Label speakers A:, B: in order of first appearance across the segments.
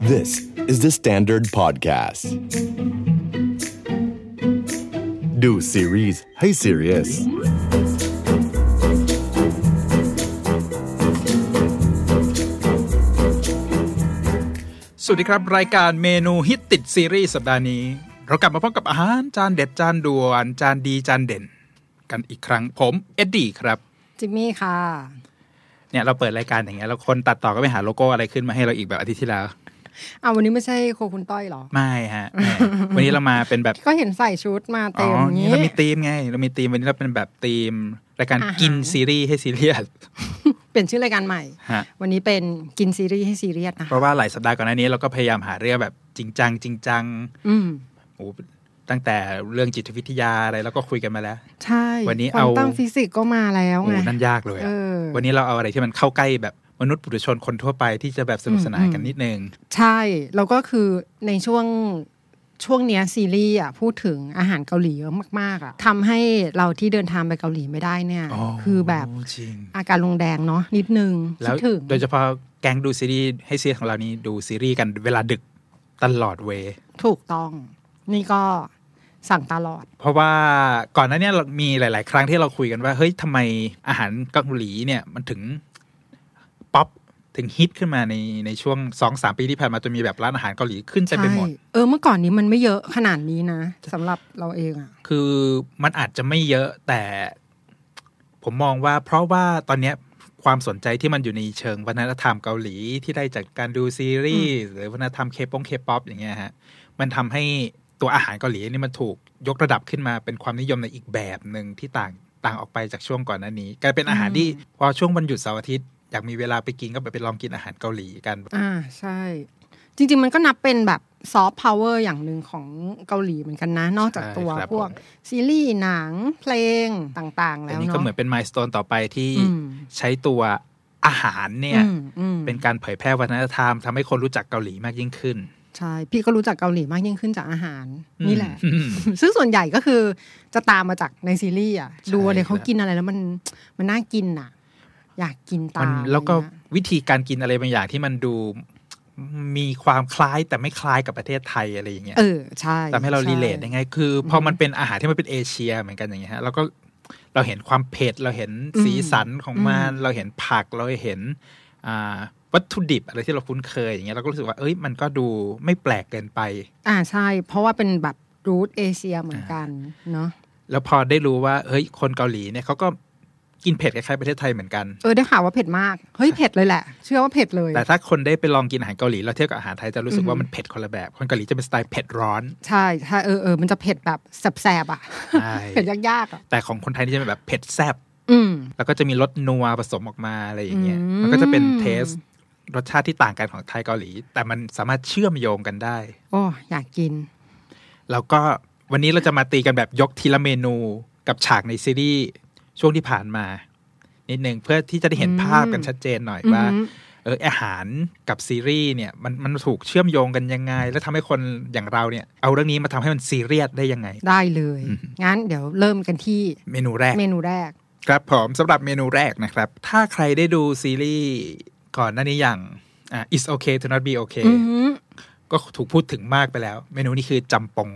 A: This is the Standard Podcast. ดูซีรีส์ให้ serious
B: สวัสดีครับ รายการเมนูฮิตติดซีรีส์สัปดาห์นี้ เรากลับมาพบกับอาหารจานเด็ดจานด่วนจานดีจานเด่น กันอีกครั้งผมเอ็ดดี้ครับ
C: จิมมี่ค่ะ
B: เนี่ยเราเปิดรายการอย่างเงี้ยแล้วคนตัดต่อก็ไปหาโลโก้อะไรขึ้นมาให้เราอีกแบบอาทิตย์ที่แล้ว
C: อ่าวันนี้ไม่ใช่โคคุณต้อยเหรอ
B: ไม่ฮะแหมวันนี้เรามาเป็น แบบ
C: ก็เห็นใส่ชุดมา
B: อ๋
C: เต็
B: อ
C: มอย่าง
B: นี่
C: นี้
B: เรามีธีมไง เรามีธีมวันนี้เราเป็นแบบธีมรายการ
C: อาหาร
B: กินซีรีส์ให้ซีเรียส
C: เปลี่ยนชื่อรายการใหม่
B: ฮะ
C: วันนี้เป็นกินซีรีส์ให้ซีเรียสนะ
B: เพราะว่าหลายสัปดาห์ก่อนหน้านี้เราก็พยายามหาเรื่องแบบจริงจังจริงจัง
C: อืม
B: โอ้ตั้งแต่เรื่องจิตวิทยาอะไรเราก็คุยกันมาแล้ว
C: ใช่
B: วันนี้
C: ควม
B: เอา
C: ตั้งฟิสิกส์ก็มาแล้วไง
B: โอ้นั่นยากเลยอะ
C: เออ
B: วันนี้เราเอาอะไรที่มันเข้าใกล้แบบมนุษย์ปุถุชนคนทั่วไปที่จะแบบสนุกสนานกันนิดนึง
C: ใช่ แล้วก็คือในช่วงช่วงเนี้ยซีรีส์อ่ะพูดถึงอาหารเกาหลีเยอะมาก ๆอ่ะทำให้เราที่เดินทางไปเกาหลีไม่ได้เนี่ย
B: อ๋อ
C: คือแบบ
B: จริง
C: อาการลงแดงเนาะนิดนึง
B: แล้
C: คิ
B: ว
C: ดถึง
B: โดยเฉพาะแก๊งดูซีรีส์ให้เซียของเรานี้ดูซีรีส์กันเวลาดึกตลอดเวย
C: ถูกต้อง นี่ก็สั่งตลอด
B: เพราะว่าก่อนหน้าเนี้เรามีหลาย ๆ ครั้งที่เราคุยกันว่า เฮ้ยทำไมอาหารเกาหลีเนี่ยมันถึงป๊อปถึงฮิตขึ้นมาในในช่วงสองสามปีที่ผ่านมาจะมีแบบร้านอาหารเกาหลีขึ้นเต็มไปหมด
C: ใช่เออเมื่อก่อนนี้มันไม่เยอะขนาดนี้นะสำหรับเราเองอะ
B: คือมันอาจจะไม่เยอะแต่ผมมองว่า เพราะว่าตอนเนี้ยความสนใจที่มันอยู่ในเชิงวัฒนธรรมเกาหลีที่ได้จากการดูซีรีส์หรือวัฒนธรรมเคปงเคป๊อปอย่างเงี้ยฮะมันทำให้ตัวอาหารเกาหลีนี่มันถูกยกระดับขึ้นมาเป็นความนิยมในอีกแบบหนึ่งที่ต่างต่างออกไปจากช่วงก่อนหน้านี้กลายเป็นอาหารที่พอช่วงวันหยุดเสาร์อาทิตย์อยากมีเวลาไปกินก็ไปไปลองกินอาหารเกาหลีกัน
C: อ่าใช่ จริง ๆ มันก็นับเป็นแบบซอฟต์พาวเวอร์อย่างหนึ่งของเกาหลีเหมือนกันนะ นอกจาก
B: ใช่
C: ตัว
B: ครับ
C: พวก
B: ผม
C: ซีรีส์หนังเพลงต่างๆ แล้
B: อัน
C: ว
B: นี้
C: เนาะ
B: ก็เหมือนเป็นมายสเตนต่อไปที่
C: อืม
B: ใช้ตัวอาหารเนี่ย
C: อืมอืม
B: เป็นการเผยแพร่วัฒนธรรมทำให้คนรู้จักเกาหลีมากยิ่งขึ้น
C: ใช่พี่ก็รู้จักเกาหลีมากยิ่งขึ้นจากอาหาร
B: อืม
C: นี่แหละ
B: อืม
C: ซึ่งส่วนใหญ่ก็คือจะตามมาจากในซีรีส์อะ
B: ใช่
C: ดูอะไรเขา
B: ครับ
C: กินอะไรแล้วมันมันน่ากินอะอยากกินตา
B: มัน
C: ม
B: แล้วก็
C: อะไรเงี้ย
B: วิธีการกินอะไรบางอย่างที่มันดูมีความคล้ายแต่ไม่คล้ายกับประเทศไทยอะไรอย่างเงี้ย
C: เออใช่
B: ทำให้เรา
C: ช่
B: รีเลทได้ไงายคือพอมันเป็นอาหารที่มันเป็นเอเชียเหมือนกันอย่างเงี้ยฮะเราก็เราเห็นความเผ็ดเราเห็นสีสันของมันเราเห็นผักเราเห็นอ่าวัตถุดิบอะไรที่เราคุ้นเคยอย่างเงี้ยเราก็รู้สึกว่าเอ้ยมันก็ดูไม่แปลกเกินไป
C: อ่าใช่ เพราะว่าเป็นแบบรูทเอเชียเหมือนกันเนาะ
B: แล้วพอได้รู้ว่าเฮ้ยคนเกาหลีเนี่ยเขาก็กินเผ็ดคล้ายๆประเทศไทยเหมือนกัน
C: เออได้ข่าวว่าเผ็ดมาก เฮ้ยเผ็ดเลยแหละ เชื่อว่าเผ็ดเลย
B: แต่ถ้าคนได้ไปลองกินอาหารเกาหลีแล้วเทียบกับอาหารไทยจะรู้สึกว่ามันเผ็ดคนละแบบ คนเกาหลีจะเป็นสไตล์เผ็ดร้อน
C: ใช่ใช่เออเออมันจะเผ็ดแบบแสบๆอ่ะ
B: ใช่
C: เผ็ดยากๆอ่ะ
B: แต่ของคนไทยนี่จะเป็นแบบเผ็ดแซบ
C: อืม
B: แล้วก็จะมีรสนัวผสมออกมาอะไรอย่างเงี้ย
C: อืม
B: มันก็จะเป็นเทสรสชาติที่ต่างกันของไทยเกาหลี แต่มันสามารถเชื่อมโยงกันได้
C: โอ้อยากกิน
B: แล้วก็วันนี้เราจะมาตีกันแบบยกทีละเมนูกับฉากในซีรีส์ช่วงที่ผ่านมานิดนึงเพื่อที่จะได้เห็นภาพกันชัดเจนหน่อยว่า
C: อืม
B: เอออาหารกับซีรีส์เนี่ยมันมันถูกเชื่อมโยงกันยังไง แล้วทำให้คนอย่างเราเนี่ย เอาเรื่องนี้มาทำให้มันซีเรียสได้ยังไง
C: ได้เลย งั้นเดี๋ยวเริ่มกันที่
B: เมนูแรก
C: เมนูแรก
B: ครับผมสำหรับเมนูแรกนะครับ ถ้าใครได้ดูซีรีส์ก่อนหน้านี้อย่างอ่า it's okay to not be okay
C: อือหือ
B: ก็ถูกพูดถึงมากไปแล้ว เมนูนี้คือจำปง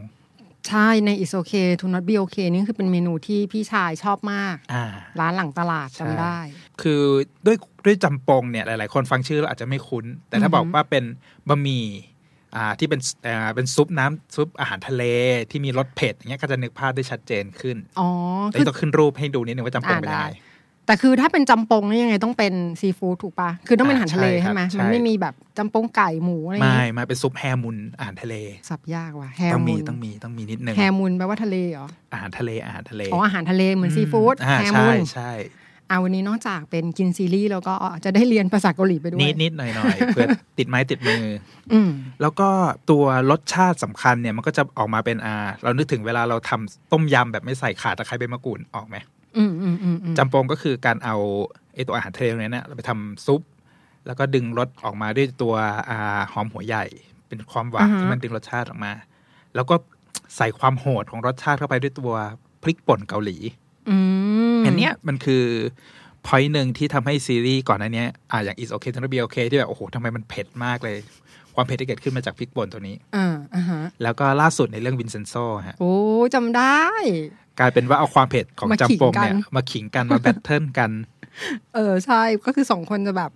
C: ใช่ใน is okay to not be okay นี่คือเป็นเมนูที่พี่ชายชอบมาก
B: อ่า
C: ร้านหลังตลาดจำได้
B: คือด้วยด้วยจำปงเนี่ยหลาย ๆ คนฟังชื่อแล้วอาจจะไม่คุ้น แต่ถ้าบอกว่าเป็นบะหมี่อ่าที่เป็นอ่าเป็นซุปน้ำซุปอาหารทะเลที่มีรสเผ็ดอย่างเงี้ยก็จะนึกภาพได้ชัดเจนขึ้น
C: อ๋อ
B: แต่
C: คือ
B: ต้องขึ้นรูปให้ดูนิดนึงว่าจำปงเป็นยังไง
C: อ่าได้ แต่คือถ้าเป็นจำปงนี่ยังไงต้องเป็นซีฟู้ดถูกปะคือต้องเป็นอาหารทะเล
B: อ่าใช่
C: ใช่ไหม
B: ครับใช่
C: มันไม่มีแบบจำปงไก่หมูอะไรอย่าง
B: ไม่
C: งี้
B: มาเป็นซุปแฮมุนอาหารทะเล
C: สับยากว่ะแฮ
B: ต้อง
C: มุ
B: มี
C: น
B: ต้องมีต้องมีนิดนึง
C: แฮมุนแปลว่าทะเลเหรอ
B: อาหารทะเลอาหารทะเล
C: อ๋ออาหารทะเลเหมือนซีฟู้ด
B: อ่า
C: แฮ
B: ใช่
C: มุน
B: ใช่
C: อ่าวันนี้นอกจากเป็นกินซีรีส์แล้วก็อ๋อจะได้เรียนภาษาเกาหลีไปด้วย
B: นิดนิดหน่อยหน่อย เพื่อติดไม้ติดมือ
C: อืม
B: แล้วก็ตัวรสชาติสำคัญเนี่ยมันก็จะออกมาเป็นอาเรานึกถึงเวลาเราทำต้มยำแบบไม่ใส่ข่าตะไคร้ใบมะกรูดออกไหม
C: อืมอืมอืมอืม
B: จำปงก็คือการเอาไอตัวอาหารทะเลเนี่ยนะเราไปทำซุป แล้วก็ดึงรสออกมาด้วยตัวอาหอมหัวใหญ่ เป็นความหวานที่มันดึงรสชาติออกมา แล้วก็ใส่ความโหดของรสชาติเข้าไปด้วยตัวพริกป่นเกาหลี
C: อืม
B: อันเนี้ยมันคือ พอยต์หนึ่งที่ทำให้ซีรีส์ก่อนหน้าเนี้ยอ่ะอย่าง is okay ทั้งระเบีย okay ที่แบบ โอ้โหทำไมมันเผ็ดมากเลย ความเผ็ดที่เกิดขึ้นมาจากพริกป่นตัวนี้
C: อ่าอ่าฮะ
B: แล้วก็ล่าสุดในเรื่องวินเซนโซฮะ
C: โอ้จำได้
B: กลายเป็นว่าเอาความเผ็ดของ
C: มาขิง
B: จำปงเนี่ย
C: กัน
B: มาขิงกัน มาแบทเทิลกัน
C: เออใช่ ก็คือสองคนจะแบบ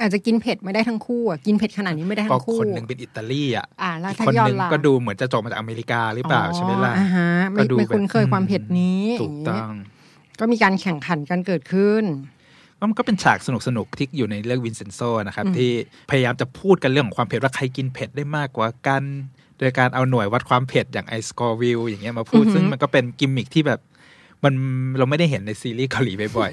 C: อาจจะกินเผ็ดไม่ได้ทั้งคู่อะกินเผ็ดขนาดนี้ไม่ได้
B: ก็
C: ทั้งคู่
B: คนหนึ่งเป็นอิตาลีอ่ะ
C: อ่าแล้ว
B: อีก
C: ถ้า
B: คน
C: ย้อ
B: ห
C: น
B: นึ่ง
C: หลัง
B: ก็ดูเหมือนจะจบมาจากอเมริกาหรือเปล่าใช่ไหมล่ะ
C: อ๋ออ่าฮะไม่
B: ก็ดู
C: ไม่
B: แบบ
C: คุ้นเคย
B: อืม
C: ความเผ็ดนี้
B: ถูกต้
C: ย่า
B: อง ง
C: เยก็มีการแข่งขันกันเกิดขึ้น
B: ก็มันก็เป็นฉากสนุกสนุกๆที่อยู่ในเรื่องวินเซนโซนะครับ ที่พยายามจะพูดกันเรื่องของความเผ็ดว่าใครกินเผ็ดได้มากกว่ากัน โดยการเอาหน่วยวัดความเผ็ดอย่างไอสกอร์วิลอย่างเงี้ยมาพูดซึ่งมันก็เป็นกิมมิคที่แบบมันเราไม่ได้เห็นในซีรีส์เกาหลีบ่อย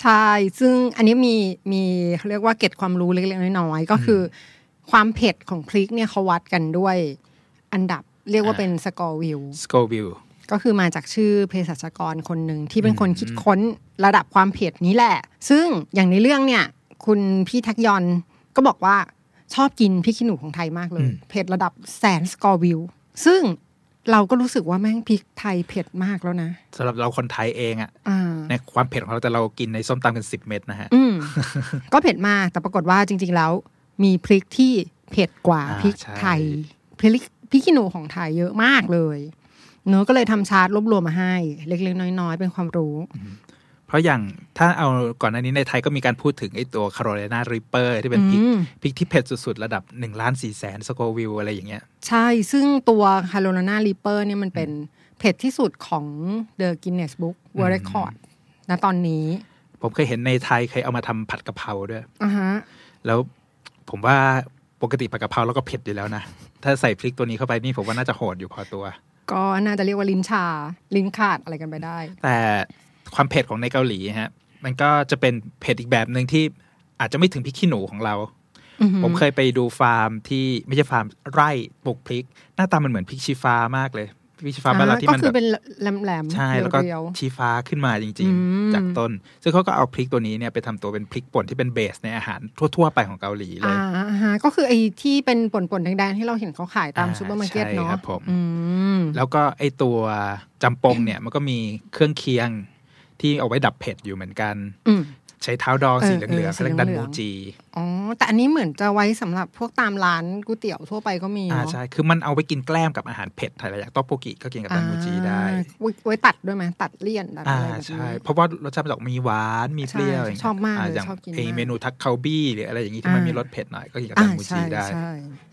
C: ใช่ ซึ่งอันนี้มีมีเขาเรียกว่าเก็ดความรู้เล็กๆน้อยๆก็คืออความเผ็ดของพริกเนี่ยเขาวัดกันด้วย อันดับเรียกว่าเป็นสกอร์วิล
B: ๆสกอร์วิล
C: ก็คือมาจากชื่อเภสัชกรคนหนึ่งที่เป็นคนคิดค้นระดับความเผ็ดนี้แหละ ซึ่งอย่างในเรื่องเนี่ย คุณพี่ทักยอนก็บอกว่าชอบกินพริกขี้หนูของไทยมากเลย
B: อืม
C: เผ็ดระดับแสนสกอร์วิวซึ่งเราก็รู้สึกว่าแม่งพริกไทยเผ็ดมากแล้วนะ
B: สำหรับเราคนไทยเองอ่ะ
C: อ่า
B: ในความเผ็ดของเราแต่เรากินในส้มตำกันสิบเม็ดนะฮะ
C: อืม ก็เผ็ดมากแต่ปรากฏว่าจริง ๆ แล้ว มีพริกที่เผ็ดกว่า
B: อ่า
C: พริก
B: ใช่
C: ไทยพริกพริกขี้หนูของไทยเยอะมากเลยเนอะก็เลยทำชาร์ตรวบรวมมาให้ เล็กๆน้อยๆ เป็นความรู้
B: เพราะอย่างถ้าเอาก่อนหน้านี้ในไทยก็มีการพูดถึงไอ้ตัวคาโรไลนาริปเปอร์ที่เป็นพริก
C: อืม
B: พริกที่เผ็ดสุดๆ ระดับ1นล้านสี่แสนสโควิลอะไรอย่างเงี้ย
C: ใช่ ซึ่งตัวคาโร l i นา r ีเปอร์เนี่ยมันเป็นเผ็ดที่สุดของ The Guinness Book World Record นะตอนนี้
B: ผมเคยเห็นในไทยเคยเอามาทำผัดกะเพราด้วย
C: อ่าฮะ
B: แล้วผมว่าปกติผัดกะเพราเราก็เผ็ดอยู่แล้วนะ ถ้าใส่พริกตัวนี้เข้าไปนี่ผมว่าน่าจะโหดอยู่พอตัว
C: ก็น่าจะเรียกว่าลิ้นชา ลิ้นขาดอะไรกันไปได้
B: แต่ความเผ็ดของในเกาหลีฮะมันก็จะเป็นเผ็ดอีกแบบหนึ่งที่อาจจะไม่ถึงพริกขี้หนูของเรา
C: อือหือ
B: ผมเคยไปดูฟาร์มที่ไม่ใช่ฟาร์มไร่ปลูกพริก หน้าตามันเหมือนพริกชี้ฟ้ามากเลยพริกชี้ฟ้าบ้านเราที่
C: ก็
B: มัน
C: คื
B: แบ
C: อบ เป็นแหลมๆ
B: ใช่ แล้วก็
C: เรียว
B: ชี้ฟ้าขึ้นมาจริง
C: อืม
B: ๆ จากต้น ซึ่งเขาก็เอาพริกตัวนี้เนี่ยไปทำตัวเป็นพริกป่นที่เป็นเบสในอาหารทั่ว ๆ ไปของเกาหลี
C: ๆ
B: เลย
C: อ่าฮะก็คือไอ้ที่เป็นป่นๆแดงๆ ที่เราเห็นเขาขายตามซูเปอร์มาร์เก็ต
B: ใช่
C: เนาะ
B: ครับผม
C: อืม
B: แล้วก็ไอตัวจำปงเนี่ยมันก็มีเครื่องเคียงที่เอาไว้ดับเผ็ดอยู่เหมือนกัน
C: อืม
B: ใช้เท้าดอง
C: เออ
B: สีเหลือง
C: เออ
B: ๆเขาเรียกดัน
C: สีเหลื
B: มู
C: อง
B: จี
C: อ๋อแต่อันนี้เหมือนจะไว้สำหรับพวกตามร้านก๋วยเตี๋ยวทั่วไปก็มี
B: อ่า
C: เนาะ
B: ใช่คือมันเอาไปกินแกล้มกับอาหารเผ็ดไทยอะไรอย่างต๊อกโปกิก็กินกับดันมูจีได้
C: อ่าไว้ไว้ตัดด้วยไหมตัดเลี่ยนตัด
B: อ่า
C: อะไรแบบ
B: ใช่
C: นี้
B: เพราะว่ารสชาติมันจะออกมีหวานมีเปรี้ยว
C: ใช่
B: ย่งเงี้ย
C: ชอบมากเลย
B: ย่าง
C: ชอบกินมาก
B: ไอเมนูทักเคาบี้หรืออะไรอย่างงี้ที่มัน
C: อ่ามี
B: มีรสเผ็ดหน่อยก็กินกับ
C: อ่า
B: ดันมูจี
C: ใช่
B: ได้
C: ใช่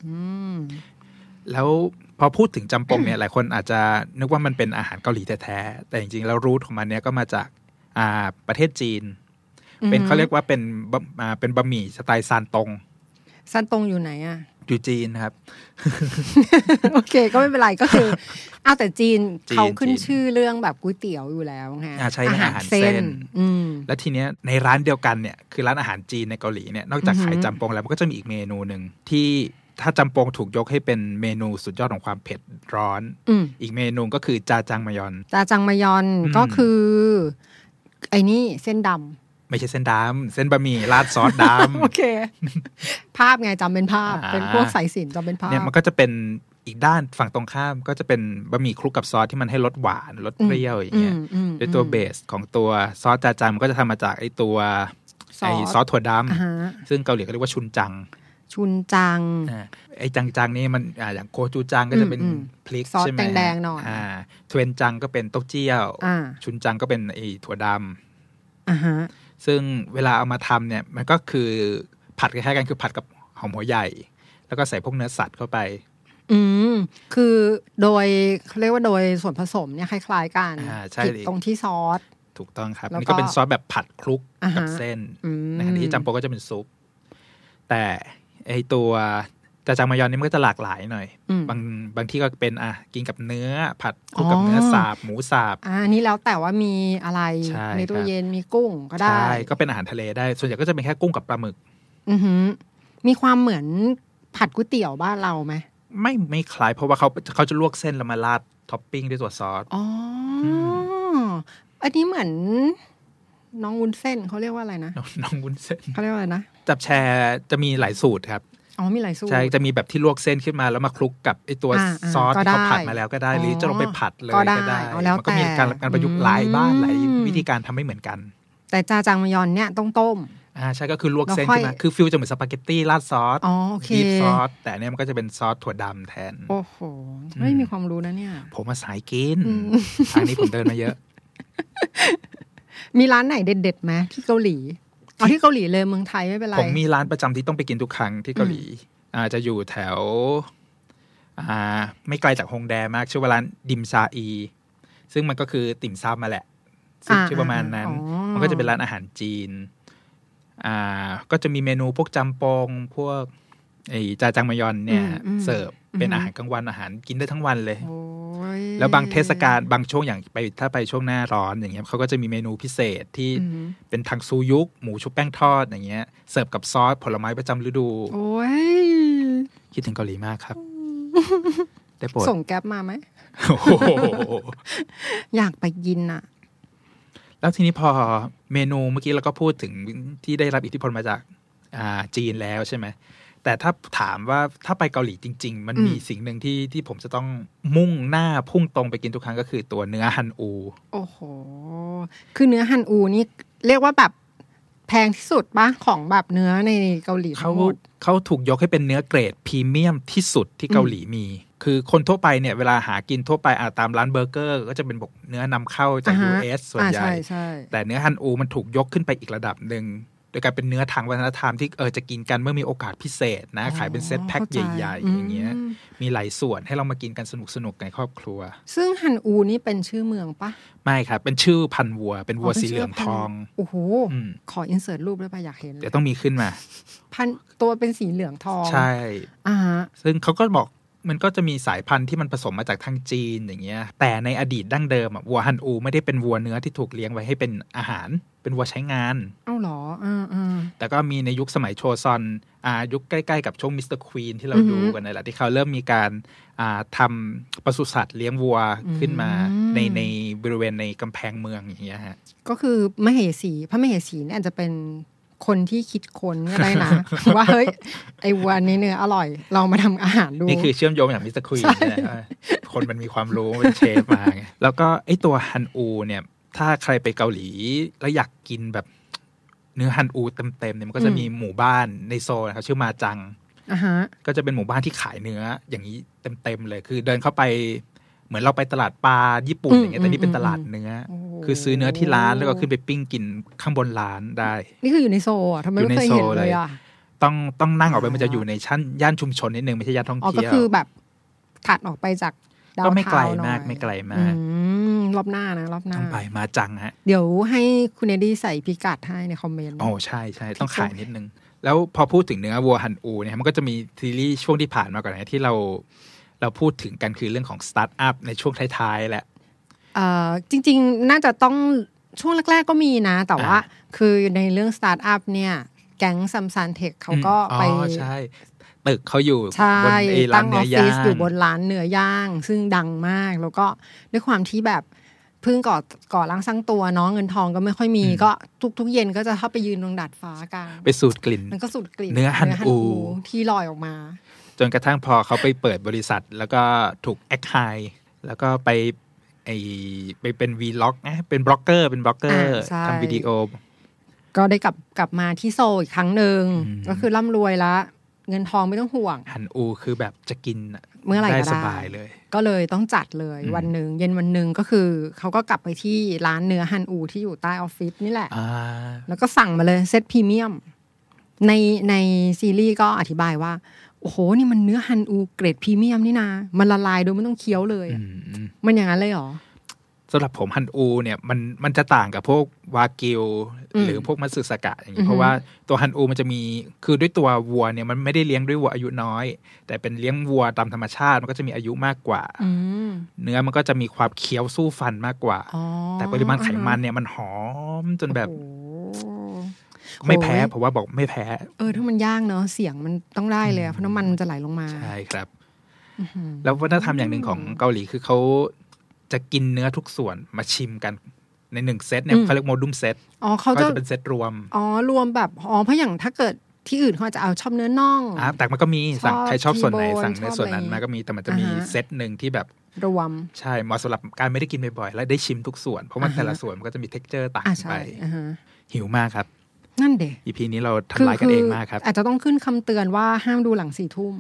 C: อืม
B: แล้วพอพูดถึงจำปงเนี่ย หลายคนอาจจะนึกว่ามันเป็นอาหารเกาหลีแท้ๆแต่จริงๆ แล้วรูทของมันเนี่ยก็มาจากอ่าประเทศจีน เป็นเขาเรียกว่าเป็นบะอ่าเป็นบะหมี่สไตล์ซานตง
C: สั้นตรงอยู่ไหนอ่ะ
B: อยู่จีนนะครับ
C: โอเค ก็ไม่เป็นไรก็ คือเอาแต่จีน
B: จีน
C: เขาขึ้น
B: จีน
C: ชื่อเรื่องแบบก๋วยเตี๋ยวอยู่แล้วไง
B: อ่าใช่อาหารเส้น
C: อืม
B: และทีเนี้ยในร้านเดียวกันเนี่ยคือร้านอาหารจีนในเกาหลีเนี่ยนอกจากขายจำปงแล้วมันก็จะมีอีกเมนูหนึ่งที่ถ้าจำปงถูกยกให้เป็นเมนูสุดยอดของความเผ็ดร้อน
C: อืม
B: อีกเมนูก็คือจาจังมยอน
C: จาจังมายอน
B: อืม
C: ก็คือ ไอ้นี่เส้นดำ
B: ไม่ใช่เส้นดำเส้นบะหมี่ราดซอสดำ
C: โอเค ภาพไงจำเป็นภาพ
B: อ่า
C: เป็นพวกสายสินจำเป็นภาพ
B: เนี่ยมันก็จะเป็นอีกด้านฝั่งตรงข้ามก็จะเป็นบะหมี่คลุกกับซอสที่มันให้รสหวานรสเปรี้ยวอย่างเงี้ย
C: อืมอืมอืม
B: โดยตัวเบสของตัวซอสจาจังมันก็จะทำมาจากไอตัว
C: ซอส
B: ไอซอสถั่วดำ
C: อ่าฮะ
B: ซึ่งเกาหลีก็เรียกว่าชุนจัง
C: ชุนจัง
B: อ่าไอจังจังนี่มันอ่าอย่างโคจูจังก็จะเป็น
C: อืมอืม
B: พลิก
C: ซอส
B: ใช่ไหม
C: แดงๆหน่อย
B: อ่าทเวนจังก็เป็นเต๊กเจี้ยว
C: อ่า
B: ชุนจังก็เป็นไอถั่วดำ
C: อ่าฮะ
B: ซึ่งเวลาเอามาทำเนี่ยมันก็คือผัดคล้ายๆกันคือผัดกับหอมหัวใหญ่ แล้วก็ใส่พวกเนื้อสัตว์เข้าไป
C: อืม คือโดยเขาเรียกว่าโดยส่วนผสมเนี่ยคล้ายๆกัน
B: อ่าใช่
C: ผิดตรงที่ซอส
B: ถูกต้องครับ
C: แล้วก็
B: นี่ก็เป็นซอสแบบผัดคลุก
C: อ่าฮะ
B: กับเส้น
C: อืม
B: ในขณะที่จัมโปก็จะเป็นซุป แต่ไอตัวจาจางมายอนนี่มันก็จะหลากหลายหน่อย
C: อืม
B: บางบางที่ก็เป็นอ่ะกินกับเนื้อ ผัดคลุกกับเนื้ออ
C: อ
B: สาบ หมูสาบ
C: อ่าอันนี้แล้วแต่ว่ามีอะไร
B: ใช่
C: ตู้
B: ครับ
C: เย็นมีกุ้งก็ได้
B: ใช่ก็เป็นอาหารทะเลได้ ส่วนใหญ่ก็จะเป็นแค่กุ้งกับปลาหมึก
C: อือหือมีความเหมือนผัดก๋วยเตี๋ยวบ้านเราไหม
B: ไม่ไม่คล้ายเพราะว่าเขาเขาจะลวกเส้นแล้วมาราดท็อปปิ้งด้วยตัวซอส
C: อ๋อออันนี้เหมือน น้องวุ้นเส้นเขาเรียกว่าอะไรนะ
B: น้องน้องวุ้นเส้น
C: เขาเรียกว่าอะไรนะ
B: จับแชร์จะมีหลายสูตรครับ
C: อ๋อมีหลายสูตร
B: ใช่จะมีแบบที่ลวกเส้นขึ้นมาแล้วมาคลุกกับไอตัว
C: อ่าอ่า
B: ซอส
C: ก็
B: ที่เขา
C: ได้
B: ผัดมาแล้วก็ได้ หรือจะลงไปผัดเลย
C: ก็
B: ก็
C: ได้
B: ได้
C: เอาแล้ว
B: มัก็มีการ
C: แต่
B: การประยุกต์หลายบ้าน
C: อืม
B: หลายวิธีการทำไม่เหมือนกัน
C: แต่ แต่จาจางมยอนเนี่ยต้องต้ม
B: อ่าใช่ก็คือลวกเส้น
C: แล้วค่อย
B: ขึ้นมาคือฟิลจะเหมือนสปาเกตตี้ราดซอส
C: อ๋อโอเค
B: ดีฟซอสแต่อันเนี่ยมันก็จะเป็นซอสถั่วดำแทน
C: โอ้โหไม่มีความรู้นะเนี่ย
B: ผมมาสายกินทางนี้ผมเดินมาเยอะ
C: มีร้านไหนเด็ดๆไหมที่เกาหลีเอาที่เกาหลีเลยเมืองไทยไม่เป็นไร
B: ผมมีร้านประจำที่ต้องไปกินทุกครั้งที่เกาหลี อาจะอยู่แถว อ่า ไม่ไกลจากฮงแดมาก ชื่อว่าร้านดิมซาอี ซึ่งมันก็คือติ่มซำมาแหละซึ่งชื่อประมาณนั้น
C: อ๋อ
B: มันก็จะเป็นร้านอาหารจีน อ่า ก็จะมีเมนูพวกจำปองพวกไอ้จาจังมยอนเนี่ย เสิร์ฟเป็นอาหารกลางวันอาหารกินได้ทั้งวันเลย
C: โอ้ย
B: แล้วบางเทศกาลบางช่วงอย่างไปถ้าไปช่วงหน้าร้อนอย่างเงี้ยเขาก็จะมีเมนูพิเศษที่
C: อืม
B: เป็นทางซูยุกหมูชุบแป้งทอดอย่างเงี้ยเสิร์ฟกับซอสผลไม้ประจำฤดู
C: โอ้ย
B: คิดถึงเกาหลีมาก ครับ ได้โปรด
C: ส่งแก๊ปมาไหม
B: โอ้โห
C: อยากไปกินอ่ะ
B: แล้วทีนี้พอเมนูเมื่อกี้เราก็พูดถึงที่ได้รับอิทธิพลมาจากอ่าจีนแล้วใช่ไหมแต่ถ้าถามว่าถ้าไปเกาหลีจริง ๆ มันมี
C: อืม
B: สิ่งหนึ่งที่ที่ผมจะต้องมุ่งหน้าพุ่งตรงไปกินทุกครั้งก็คือตัวเนื้อฮันอู
C: โอ้โห คือเนื้อฮันอูนี่เรียกว่าแบบแพงที่สุดปะของแบบเนื้อในเกาหลีทั้
B: เขา
C: งหมด
B: เขาถูกยกให้เป็นเนื้อเกรดพรีเมียมที่สุดที่เกาหลีมี คือคนทั่วไปเนี่ยเวลาหากินทั่วไปอาตามร้านเบอร์เกอร์ ก็จะเป็นบอกเนื้อนำเข้าจาก
C: อ่าฮะ
B: US ส่วน
C: อ่า
B: ใหญ่
C: ใช่ใช่
B: แต่เนื้อฮันอูมันถูกยกขึ้นไปอีกระดับหนึ่งโดยการเป็นเนื้อทางวัฒนธรรมที่เออจะกินกันเมื่อมีโอกาสพิเศษนะ ขายเป็นเซ็ตแพ็ค
C: ข้าจ
B: ใหญ่ ๆ อย่างเงี้ย
C: ม
B: มีหลายส่วนให้เรามากินกันสนุกๆในครอบครัว
C: ซึ่งฮันอูนี่เป็นชื่อเมืองปะ
B: ไม่ครับเป็นชื่อพันธุ์วัว เป็นวัวสีเหลืองทอง
C: โอ้โห
B: อืม
C: ขออินเสิร์ตรูปได้ปะอยากเห็นเล
B: เดี๋ย
C: ยว
B: ต้องมีขึ้นมา
C: พันตัวเป็นสีเหลืองทอง
B: ใช่
C: อ่าฮะ
B: ซึ่งเขาก็บอกมันก็จะมีสายพันธุ์ที่มันผสมมาจากทางจีนอย่างเงี้ย แต่ในอดีตดั้งเดิมอะวัวฮันอูไม่ได้เป็นวัวเนื้อที่ถูกเลี้ยงไว้ให้เป็นอาหาร เป็นวัวใช้งาน
C: เอ้าเหรออ่าอ่า
B: แต่ก็มีในยุคสมัยโชซอนอายุคใกล้ๆกับช่วงมิสเตอร์ควีนที่เรา
C: อือฮึ
B: ดูกันนั่นแหละที่เขาเริ่มมีการอ่าทำปศุสัตว์เลี้ยงวัวขึ้นมา
C: อืม
B: ในในบริเวณในกำแพงเมืองอย่างเงี้ยฮะ
C: ก็คือมเหสีพระมเหสีเนี่ยอาจจะเป็นคนที่คิดคนก็ได้ นะ ว่าเฮ้ยไอวัวนี้เนื้ออร่อย เรามาทำอาหารดู
B: นี่คือเชื่อมโยงอย่างมิสเตอร์ควีน
C: ใช่
B: เนี่ยนะคนมันมีความรู้ เป็นเชฟมา ไงแล้วก็ไอตัวฮันอูเนี่ย ถ้าใครไปเกาหลี แล้วอยากกินแบบเนื้อฮันอูเต็มๆเนี่ยมันก็จะมีหมู่บ้านในโซนนะครับชื่อมาจัง
C: อ่ะฮะ
B: ก็จะเป็นหมู่บ้านที่ขายเนื้ออย่างนี้เต็มๆเลย คือเดินเข้าไปเหมือนเราไปตลาดปลาญี่ปุ่น
C: อืม
B: อย่างเงี้ยแต่นี่เป็น
C: อืม
B: ตลาดเนื้ออ
C: ม
B: คือซื้อเนื้อที่ร้านแล้วก็ขึ้นไปปิ้งกินข้างบนร้านได้
C: นี่คืออยู่ในโซลอ่ะทำไม
B: อยู่
C: ไม่
B: ใน
C: เคย
B: โซล
C: เห็นเลย
B: เลย
C: อ่ะ
B: ต้องต้องนั่งออกไปมันจะอยู่ในชั้นย่านชุมชนนิดนึงไม่ใช่ย่านท่อง
C: อ๋อ
B: เที่
C: ก็
B: ยว
C: คือแบบถัดออกไปจากดาว
B: ก็ไม่ไกล
C: เทหน่อย
B: มากไม่ไกลมาก
C: อืมรอบหน้านะรอบหน้า
B: ต้องไปมาจังฮะ
C: เดี๋ยวให้คุณเอ็ดดี้ใส่พิกัดให้ในคอมเมนต์
B: โอ้ใช่ใช่ต้อง
C: พี่
B: ขาย
C: โจ้
B: นิดนึง แล้วพอพูดถึงเนื้อวัวหันอูเนี่ยมันก็จะมีซีรีส์ช่วงที่ผ่านมาก่อนนะที่เรา เราพูดถึงกันคือเรื่องของสตาร์ทอัพในช่วงท้ายๆแหละ
C: เอ่อจริงๆ น่าจะต้องช่วงแรก ๆ ก็มีนะ แต่ว่า
B: อ่า
C: คือในเรื่องสตาร์ทอัพเนี่ย แก๊งซัมซานเทคเขาก็
B: อืม
C: ไป
B: อ๋อใช่ ตึกเขาอยู่
C: ใช่
B: บนไอ้ร้า
C: ตั้
B: น
C: งอ
B: เนื้
C: อ
B: อ
C: ฟ
B: ย่า
C: ฟิศ
B: ง
C: อยู่บนร้านเนื้อย่างซึ่งดังมาก แล้วก็ด้วยความที่แบบเพิ่งก่อก่อร่างสร้างตัวเน้องเงินทองก็ไม่ค่อยมี
B: อืม
C: ก็ทุกทุกเย็นก็จะเข้าไปยืนตรงดาดฟ้ากัน
B: ไปสูดกลิ่น
C: มันก็สุดกลิ่น
B: เนื้อหั่นอู
C: ที่ลอยออกมา
B: จนกระทั่งพอเขาไปเปิดบริษัท แล้วก็ถูกแอคไฮแล้วก็ไปไอไปเป็นวีล็อกนะเป็นบล็อกเกอร์เป็นบล็อกเกอร์
C: อ่าใช่
B: ทำวิดีโอ
C: ก็ได้กลับกลับมาที่โซลอีกครั้งหนึ่ง
B: อืม
C: ก็คือร่ำรวยละเงินทองไม่ต้องห่วง
B: หันอูคือแบบจะกินอะ
C: เมื่อไหร่ก็ได้
B: ได้สบายเลย
C: ก็เลยต้องจัดเลย
B: อืม
C: วันหนึ่งเย็นวันหนึ่งก็คือเขาก็กลับไปที่ร้านเนื้อฮันอูที่อยู่ใต้ออฟฟิศนี่แหละ
B: อ่า
C: แล้วก็สั่งมาเลยเซตพรีเมียม ในในซีรีส์ก็อธิบายว่า โอ้โห นี่มันเนื้อฮันอูเกรดพรีเมียมนี่นา มันละลายโดยไม่ต้องเคี้ยวเลยอะ
B: อืมอืม
C: มันอย่างนั้นเลยเหรอ
B: สำหรับผมฮันอูเนี่ยมันมันจะต่างกับพวกวากิว
C: อืม
B: หรือพวกมัตสึสกะอย่าง
C: อื
B: นี้
C: อฮึ
B: เพราะว่าตัวฮันอูมันจะมีคือด้วยตัววัวเนี่ยมันไม่ได้เลี้ยงด้วยวัวอายุน้อย แต่เป็นเลี้ยงวัวตามธรรมชาติมันก็จะมีอายุมากกว่า
C: อืม
B: เนื้อมันก็จะมีความเคี้ยวสู้ฟันมากกว่า
C: อ๋อ
B: แต่ปริมาณไขมันเนี่ยมันหอมจนแบบ
C: โอ้โห
B: ไม่แพ้
C: โอ้ย
B: เพราะว่าบอกไม่แพ้
C: เออถ้ามันย่างเนาะเสียงมันต้องได้เลยอะเพราะน้ำมันมันจะไหลลงมา
B: ใช่ครับ แล้ววัฒนธรรมอย่างหนึ่งของเกาหลีคือเขาจะกินเนื้อทุกส่วนมาชิมกันในหนึ่งเซตเนี่ย
C: อืม
B: เขาเรียกโมดุมเซต
C: อ๋อเขา
B: ก็
C: จะ
B: จะเป็นเซตรวม
C: อ๋อรวมแบบอ๋อเพราะอย่างถ้าเกิดที่อื่นเขาอาจจะเอาชอบเนื้อน่อง
B: อ่าแต่มันก็มีสั่ง
C: ชอบ
B: ใครชอบส่วนไหน
C: T-bone
B: สั่งใน
C: ชอบ
B: ส่วนนั้น
C: อะไร
B: มาก็มีแต่มันจะมี
C: อ่าฮะ
B: เซตหนึ่งที่แบบ
C: รวม
B: ใช่เหมาะสำหรับการไม่ได้กินบ่อยๆและได้ชิมทุกส่วน เพราะมัน
C: อ่าฮะ
B: แต่ละส่วนมันก็จะมีเท็กเจอร์ต่าง
C: อ่ะ
B: ไป
C: ใช่อ่าฮะ
B: หิวมากครับ
C: นั่นเด็
B: อีพีนี้เราทำลายกันเองมากครับ
C: อาจจะต้องขึ้นคำเตือนว่าห้ามดูหลังสี่ทุ่ม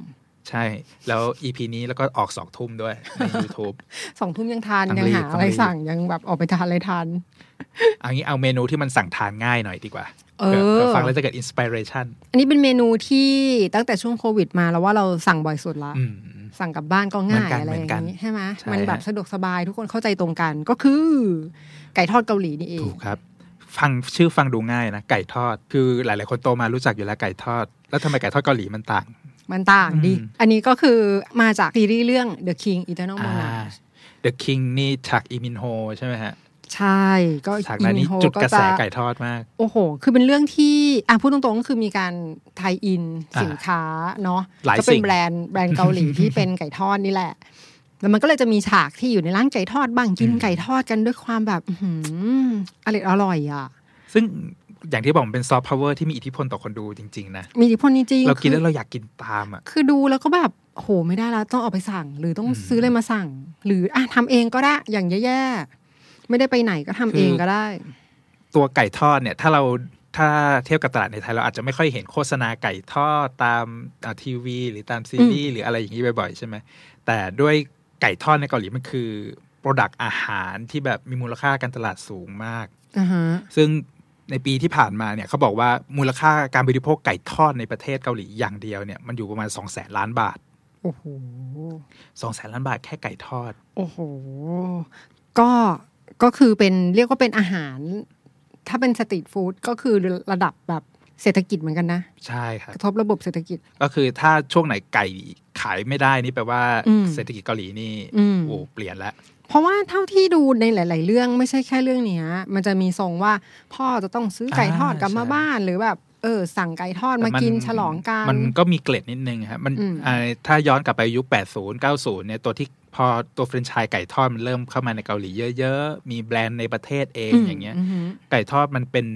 B: ใช่ แล้วอีพีนี้แล้วก็ออกสองทุ่มด้วยใน YouTube
C: สองทุ่มยังทาน
B: ต้อง
C: ยัง
B: รีบ
C: หา
B: ต้อง
C: อะไร
B: รีบ
C: สั่งยังแบบออกไปทานอะไรทาน
B: เอางี้เอาเมนูที่มันสั่งทานง่ายหน่อยดีกว่า
C: เออ
B: ผื่เผื่อฟังแล้วจะเกิดอินสปิเรชัน
C: อันนี้เป็นเมนูที่ตั้งแต่ช่วงโควิดมาแล้วว่าเราสั่งบ่อยสุดละ
B: อืม
C: สั่งกลับบ้านก็ง่าย
B: เหมือนกัน
C: อะไรอย่างนี้ใช่ไหม
B: ใช่
C: มันแบบ
B: ฮะ
C: สะดวกสบายทุกคนเข้าใจตรงกันก็คือ ไก่ทอดเกาหลีนี่เอง
B: ถูกครับ ฟังชื่อฟังดูง่ายนะ ไก่ทอด คือหลาย ๆ คนโตมารู้จักอยู่แล้วไก่ทอด แล้วทำไมไก่ทอดเกาหลีมันต่าง
C: มันต่างดี
B: อืม
C: อันนี้ก็คือมาจากซีรีส์เรื่อง The King Eternal
B: อ่า
C: Monarch
B: The King นี่ฉักอีมินโฮใช่ไหมฮะ
C: ใช่ก็
B: ฉาก
C: อิ
B: นั้น
C: น
B: นี่
C: โฮ
B: จุด
C: ก็
B: กระ
C: จะ
B: แสไก่ทอดมาก
C: โอ้โห คือเป็นเรื่องที่อ่ะพูดตรงๆก็คือมีการไทยอิน
B: อ่า
C: สินค้าเนาะ
B: หลาย
C: ก็เป็
B: สิ่
C: น
B: ง
C: แบรนด์แบรนด์เกาหลีที่เป็นไก่ทอดนี่แหละ แล้วมันก็เลยจะมีฉากที่อยู่ในร้านไก่ทอดบ้างกินไก่ทอดกันด้วยความแบบอื้อหืออร่อยอร่อยอ่ะ
B: ซึ่งอย่างที่บอกมันเป็นซอฟต์พาวเวอร์ที่มีอิทธิพลต่อคนดูจริง ๆ นะ
C: มีอิทธิพลจริงๆ
B: เรากิน
C: คือ
B: แล้วเราอยากกินตามอ่ะ
C: คือดูแล้วก็แบบโหไม่ได้แล้วต้องออกไปสั่ง หรือต้อง
B: อืม
C: ซื้ออะไรมาสั่ง หรืออ่ะทำเองก็ได้อย่างแย่ๆไม่ได้ไปไหนก็ทำเองก็ได้
B: ตัวไก่ทอดเนี่ยถ้าเราถ้าเทียบกับตลาดในไทยเราอาจจะไม่ค่อยเห็นโฆษณาไก่ทอดตามอ่าทีวี หรือตามซีรีส์หรืออะไรอย่างนี้บ่อยๆ ใช่ไหมแต่ด้วยไก่ทอดในเกาหลีมันคือโปรดักต์อาหารที่แบบมีมูลค่าการตลาดสูงมาก
C: อ่าฮะ
B: ซึ่งในปีที่ผ่านมาเนี่ยเขาบอกว่ามูลค่าการบริโภคไก่ทอดในประเทศเกาหลีอย่างเดียวเนี่ยมันอยู่ประมาณ 2 0 0แสนล้านบาท
C: โอ้โห
B: 2 0 0แสนล้านบาทแค่ไก่ทอด
C: โอ้โหก็ก็คือเป็นเรียกว่าเป็นอาหาร ถ้าเป็นสตรีทฟู้ดก็คือระดับแบบเศรษฐกิจเหมือนกันนะ
B: ใช่ครับ
C: กระทบระบบเศรษฐกิจ
B: ก็คือถ้าช่วงไหนไก่ขายไม่ได้นี่แปลว่า
C: อืม
B: เศรษฐกิจเกาหลีนี่
C: อืม
B: โอ้เปลี่ยนแล้ว
C: เพราะว่าเท่าที่ดูในหลาย ๆ เรื่องไม่ใช่แค่เรื่องเนี้ย มันจะมีทรงว่าพ่อจะต้องซื้อไก่ทอดกลับมา
B: อ่าใช่
C: บ้านหรือแบบเออ สั่งไก่ทอดมา
B: แต่
C: กินฉลองกัน
B: มันก็มีเกล็ดนิดนึงครับมัน
C: อืม
B: อ่าถ้าย้อนกลับไปยุค 80 90 เนี่ยตัวที่พอตัวแฟรนไชส์ไก่ทอดมันเริ่มเข้ามาในเกาหลีเยอะๆ มีแบรนด์ในประเทศเองอย่างเงี้ย
C: หือ
B: ไก่ทอดมันเป็น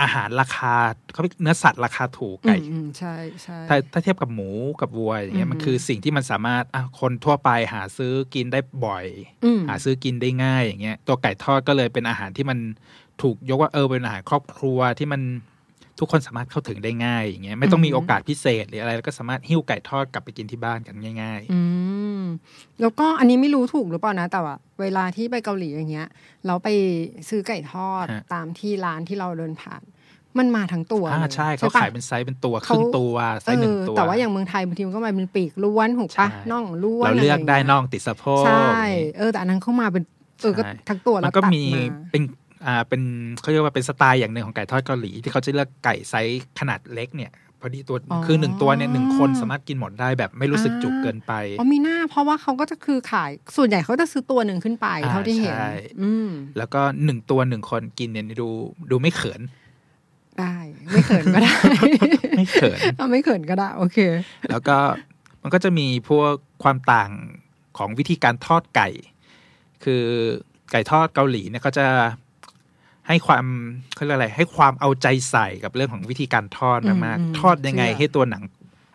B: อาหารราคาเขาเรียกเนื้อสัตว์ราคาถูกไก่
C: อืมอืมใช่ใช่
B: ถ้าถ้าเทียบกับหมูกับวัวอย่างเงี้ย
C: อืม
B: มันคือสิ่งที่มันสามารถอ่ะคนทั่วไปหาซื้อกินได้บ่อย
C: อืม
B: หาซื้อกินได้ง่ายอย่างเงี้ยตัวไก่ทอดก็เลยเป็นอาหารที่มันถูกยกว่าเออเป็นอาหารครอบครัวที่มันทุกคนสามารถเข้าถึงได้ง่ายอย่างเงี้ยไม่ต้องมีโอกาสพิเศษหรืออะไรแล้วก็สามารถหิ้วไก่ทอดกลับไปกินที่บ้านกันง่าย
C: อืมแล้วก็อันนี้ไม่รู้ถูกหรือเปล่านะ แต่ว่าเวลาที่ไปเกาหลีอย่างเงี้ย เราไปซื้อไก่ทอด
B: ฮะ
C: ตามที่ร้านที่เราเดินผ่าน มันมาทั้งตัว
B: ๆอ่า
C: เลย
B: ใช่เขา
C: ปะ
B: ขายเป็นไซส์เป็นตัว
C: เขา
B: ครึ่งตัวไซส์หนึ่ง
C: เออ
B: ตัว
C: แต่ว่าอย่างเมืองไทยบางทีมันก็มาเป็นปีกล้วนถูกปะ
B: ใช่
C: น่องล้วน
B: เราเลือก
C: ะรย่าง
B: ได้
C: งี้ย
B: น่องติดสะโพก
C: ใช่
B: อย่างงี้
C: เออแต่อันนั้นเข้ามาเป็นเออก็
B: ใช่
C: ทั้งตัว
B: มั
C: แล้ว
B: นก็
C: ตัด
B: มี
C: มา
B: เป็นอ่าเป็นเขาเรียกว่าเป็นสไตล์อย่างหนึ่งของไก่ทอดเกาหลี ที่เขาจะเลือกไก่ไซส์ขนาดเล็กเนี่ยพอดีตัวคือหนึ่งตัวเนี่ยหนึ่งคนสามารถกินหมดได้แบบไม่รู้สึกจุกเกินไป
C: อ๋อมีหน้าเพราะว่าเขาก็จะคือขายส่วนใหญ่เขาจะซื้อตัวหนึ่งขึ้นไป
B: อ่า
C: เท่าที่เห็น
B: ใช่
C: อืม
B: แล้วก็หนึ่งตัวหนึ่งคนกินเนี่ยดูดูไม่เขิน
C: ได้ไม่เขินก็ได้
B: ไม่เขิน
C: เอาไม่เขินก็ได้ โอเค
B: แล้วก็มันก็จะมีพวกความต่างของวิธีการทอดไก่ คือไก่ทอดเกาหลีเนี่ยเขาจะให้ความเขาเรียกอะไร ให้ความเอาใจใส่กับเรื่องของวิธีการทอด
C: อืม
B: มาก
C: อืม
B: ๆทอดยังไง
C: เชื่อ
B: ให้ตัวหนัง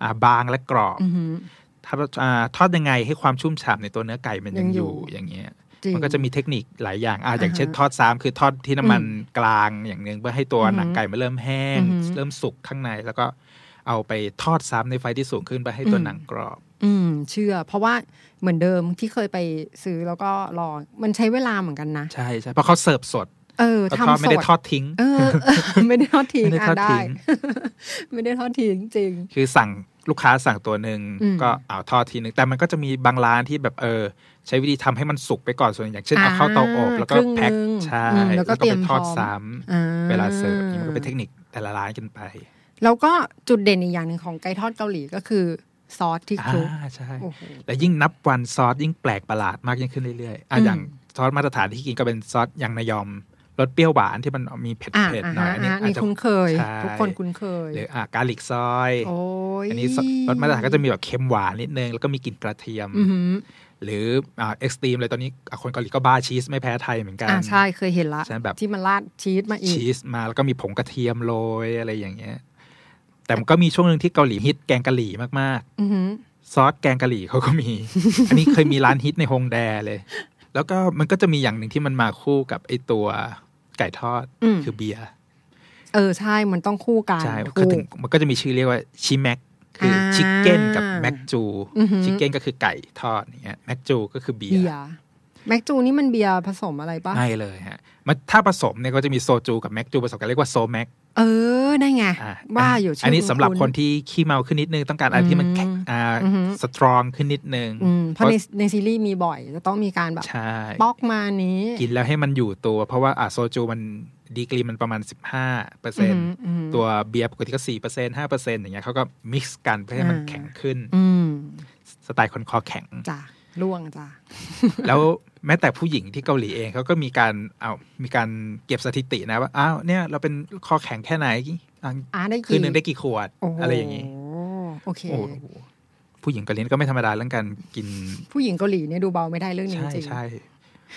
B: อ่าบางและกรอบ
C: อือหือ
B: ทอดอ่าทอดยังไงให้ความชุ่มฉ่ำในตัวเนื้อไก่มัน
C: ยั
B: ยัง
C: ง
B: อ
C: อยู่
B: ยู่อย่างเงี้ย
C: ริง
B: มันก็จะมีเทคนิคหลายอย่างอ่ะอย่าง
C: อ่าฮะ
B: เช่นทอดซ้ำคือทอดที่น้ำมันกลางอย่างหนึ่งเพื่อให้ตัว
C: อือฮึ
B: หนังไก่มันเริ่มแห้ง
C: อือฮึ
B: เริ่มสุกข้างใน แล้วก็เอาไปทอดซ้ำในไฟที่สูงขึ้นเพื่อให้ตัว
C: อืม
B: หนังกรอบ
C: อืม เชื่อ เพราะว่าเหมือนเดิมที่เคยไปซื้อแล้วก็รอมันใช้เวลาเหมือนกันนะ
B: ใช่ใช่เพราะเขาเสิร์ฟสด
C: เออ
B: เขา
C: ทำ
B: ทอดไม่ได้
C: ส
B: ทอดทิ้ง
C: เออ เออ ไม่ได้ทอดทิ้ง
B: ไม่ได้
C: อ่ะ
B: ทอด
C: ได้
B: ทิ้ง
C: ไม่ได้ทอดทิ้งจริง
B: คือสั่งลูกค้าสั่งตัวหนึ่ง
C: อืม
B: ก็เอาทอดทีหนึ่งแต่มันก็จะมีบางร้านที่แบบเออ ใช้วิธีทำให้มันสุกไปก่อนส่วนอย่างเช่นเอาเข้าเตาอบ แล้วก็
C: ครึ่ง
B: แพ็ค
C: หนึ่ง
B: ใช่
C: อืมแล้วก็เตรียม
B: ไปทอด
C: พร้อม
B: ซ้ำ
C: อ่
B: เวลาเสิร์ฟนี่มันก็เป็นเทคนิคแต่ละร้านกันไป
C: แล้วก็จุดเด่นอีกอย่างหนึ่งของไก่ทอดเกาหลีก็คือซอสที่ค
B: อ่า
C: ลุก
B: ใช่
C: โอ้โห
B: และยิ่งนับวันซอสยิ่งแปลกประหลาดมากยิ่งขึ้นเรื่อยๆอ่ะ
C: อืม
B: อย่างซอสมาตรฐานที่กินก็เป็นซอสอย่างนายอมรสเปรี้ยวหวานที่มันมี
C: ะ
B: เผ็ด
C: ะ
B: ๆหน่อย
C: ฮะ
B: อันนี้
C: ฮะ
B: อาจ
C: นี่
B: จะ
C: คุ้นเคย
B: ใช่
C: ทุกคนคุ้นเคย
B: หรืออ่ะกาลิกซอย
C: โอ้ย
B: อั
C: น
B: นนี้ซอสรสมาตรฐานก็จะมีแบบเค็มหวานนิดนึง แล้วก็มีกลิ่นกระเทียม
C: อือหือ
B: หรืออ่าเอ็กซ์ตรีมเลยตอนนี้อ่ะคนเกาหลีก็บ้าชีสไม่แพ้ไทยเหมือนกัน
C: อ่าใช่เคยเห็นละ
B: ใช่แบบ
C: ที่มันราดชีสมาอีก
B: ชีสมาแล้วก็มีผงกระเทียมโรยอะไรอย่างเงี้ยแต่มันก็มีช่วงหนึ่งที่เกาหลีฮิตแกงกะหรี่มากๆ
C: อือหือ
B: ซอสแกงกะหรี่เขาก็มี อันนี้เคยมีร้านฮิตในฮงแดเลย แล้วก็มันก็จะมีอย่างหนึ่งที่มันมาคู่กับไอตัวไก่ทอด
C: อืม
B: คือเบียร์
C: เออใช่มันต้องคู่กัน
B: ใช่
C: ถูก
B: ก็ถึงมันก็จะมีชื่อเรียกว่าชิแม็กคืออา ชิคเก้นกับแม็กจู
C: อือหือ
B: ชิคเก้นก็คือไก่ทอดอย่างเงี้ยแม็กจูก็คือเบีย
C: เบี
B: ร์
C: ยร์แม็กจูนี่มันเบียร์ผสมอะไรปะ
B: ไม่เลยฮะมันถ้าผสมเนี่ยก็จะมีโซจูกับแม็กจูผสมกันเรียกว่าโซแม็ก
C: เออได้ไง
B: อ่ะ
C: ว่าอยู่ชื่
B: อันนี้สำหรับคน
C: ณ
B: ที่ขี้เมาขึ้นนิดนึงต้องการอะไรที่มันแข็งอ่า
C: อือหือ
B: สตรองขึ้นนิดนึง
C: อืมเพราะในในซีรีส์มีบ่อยจะต้องมีการแบบ
B: ใช่
C: ป๊อกมานี้
B: กินแล้วให้มันอยู่ตัว เพราะว่าอ่าโซจูมันดีกรีมันประมาณ 15เปอร์เซ็น
C: อื
B: ต์
C: มอืม
B: ตัวเบียร์ปกติก็4เปอร์เซ็นต์5เปอร์เซ็นต์อย่างเงี้ยเขาก็มิกซ์กันเพื่อให้มันแข็งขึ้น
C: อืม
B: สไตล์คนคอแข็ง
C: จ้ะล่วงจ้ะ
B: แล้วแม้แต่ผู้หญิงที่เกาหลีเองเขาก็มีการเอามีการเก็บสถิตินะว่าอ้าวเนี่ยเราเป็นคอแข็งแค่ไหนอ่ะ
C: อ่ะได้กิน
B: คืนหนึ่งได้กี่ขวด
C: โโห
B: อะไรอย่างนี้
C: โอเค
B: โอ้โหผู้หญิงเกาหลีก็ไม่ธรรมดาเรื่องการกิน
C: ผู้หญิงเกาหลีเนี่ยดูเบาไม่ได้เรื่องนี้
B: ใช่
C: จริง
B: ใช่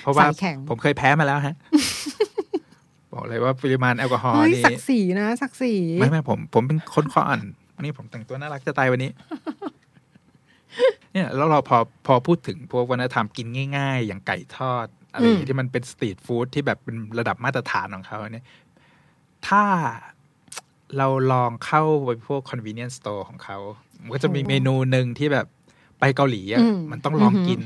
B: เพราะว่า
C: สายแข็ง
B: ผมเคยแพ้มาแล้ว ฮะ บอกเลยว่าปริมาณแอลกอฮอล์
C: เฮ้ย
B: นี่
C: ศักดิ์ศรีนะศักดิ์ศรี
B: ไม่ไม่ผม ผมเป็นคนคออ่อนอันนี้ผมแต่งตัวน่ารักจะตายวันนี้ เนี่ย แล้วเราพอพอพูดถึงพวกวัฒนธรรมกินง่าย ๆ อย่างไก่ทอด อะไรอย่างนี้ที่มันเป็นสตรีทฟู้ดที่แบบเป็นระดับมาตรฐานของเขาเนี่ย ถ้าเราลองเข้าไปพวก convenience store ของเขา มันก็จะมีเมนูหนึ่งที่แบบไปเกาหลีอะมันต้องลองกิน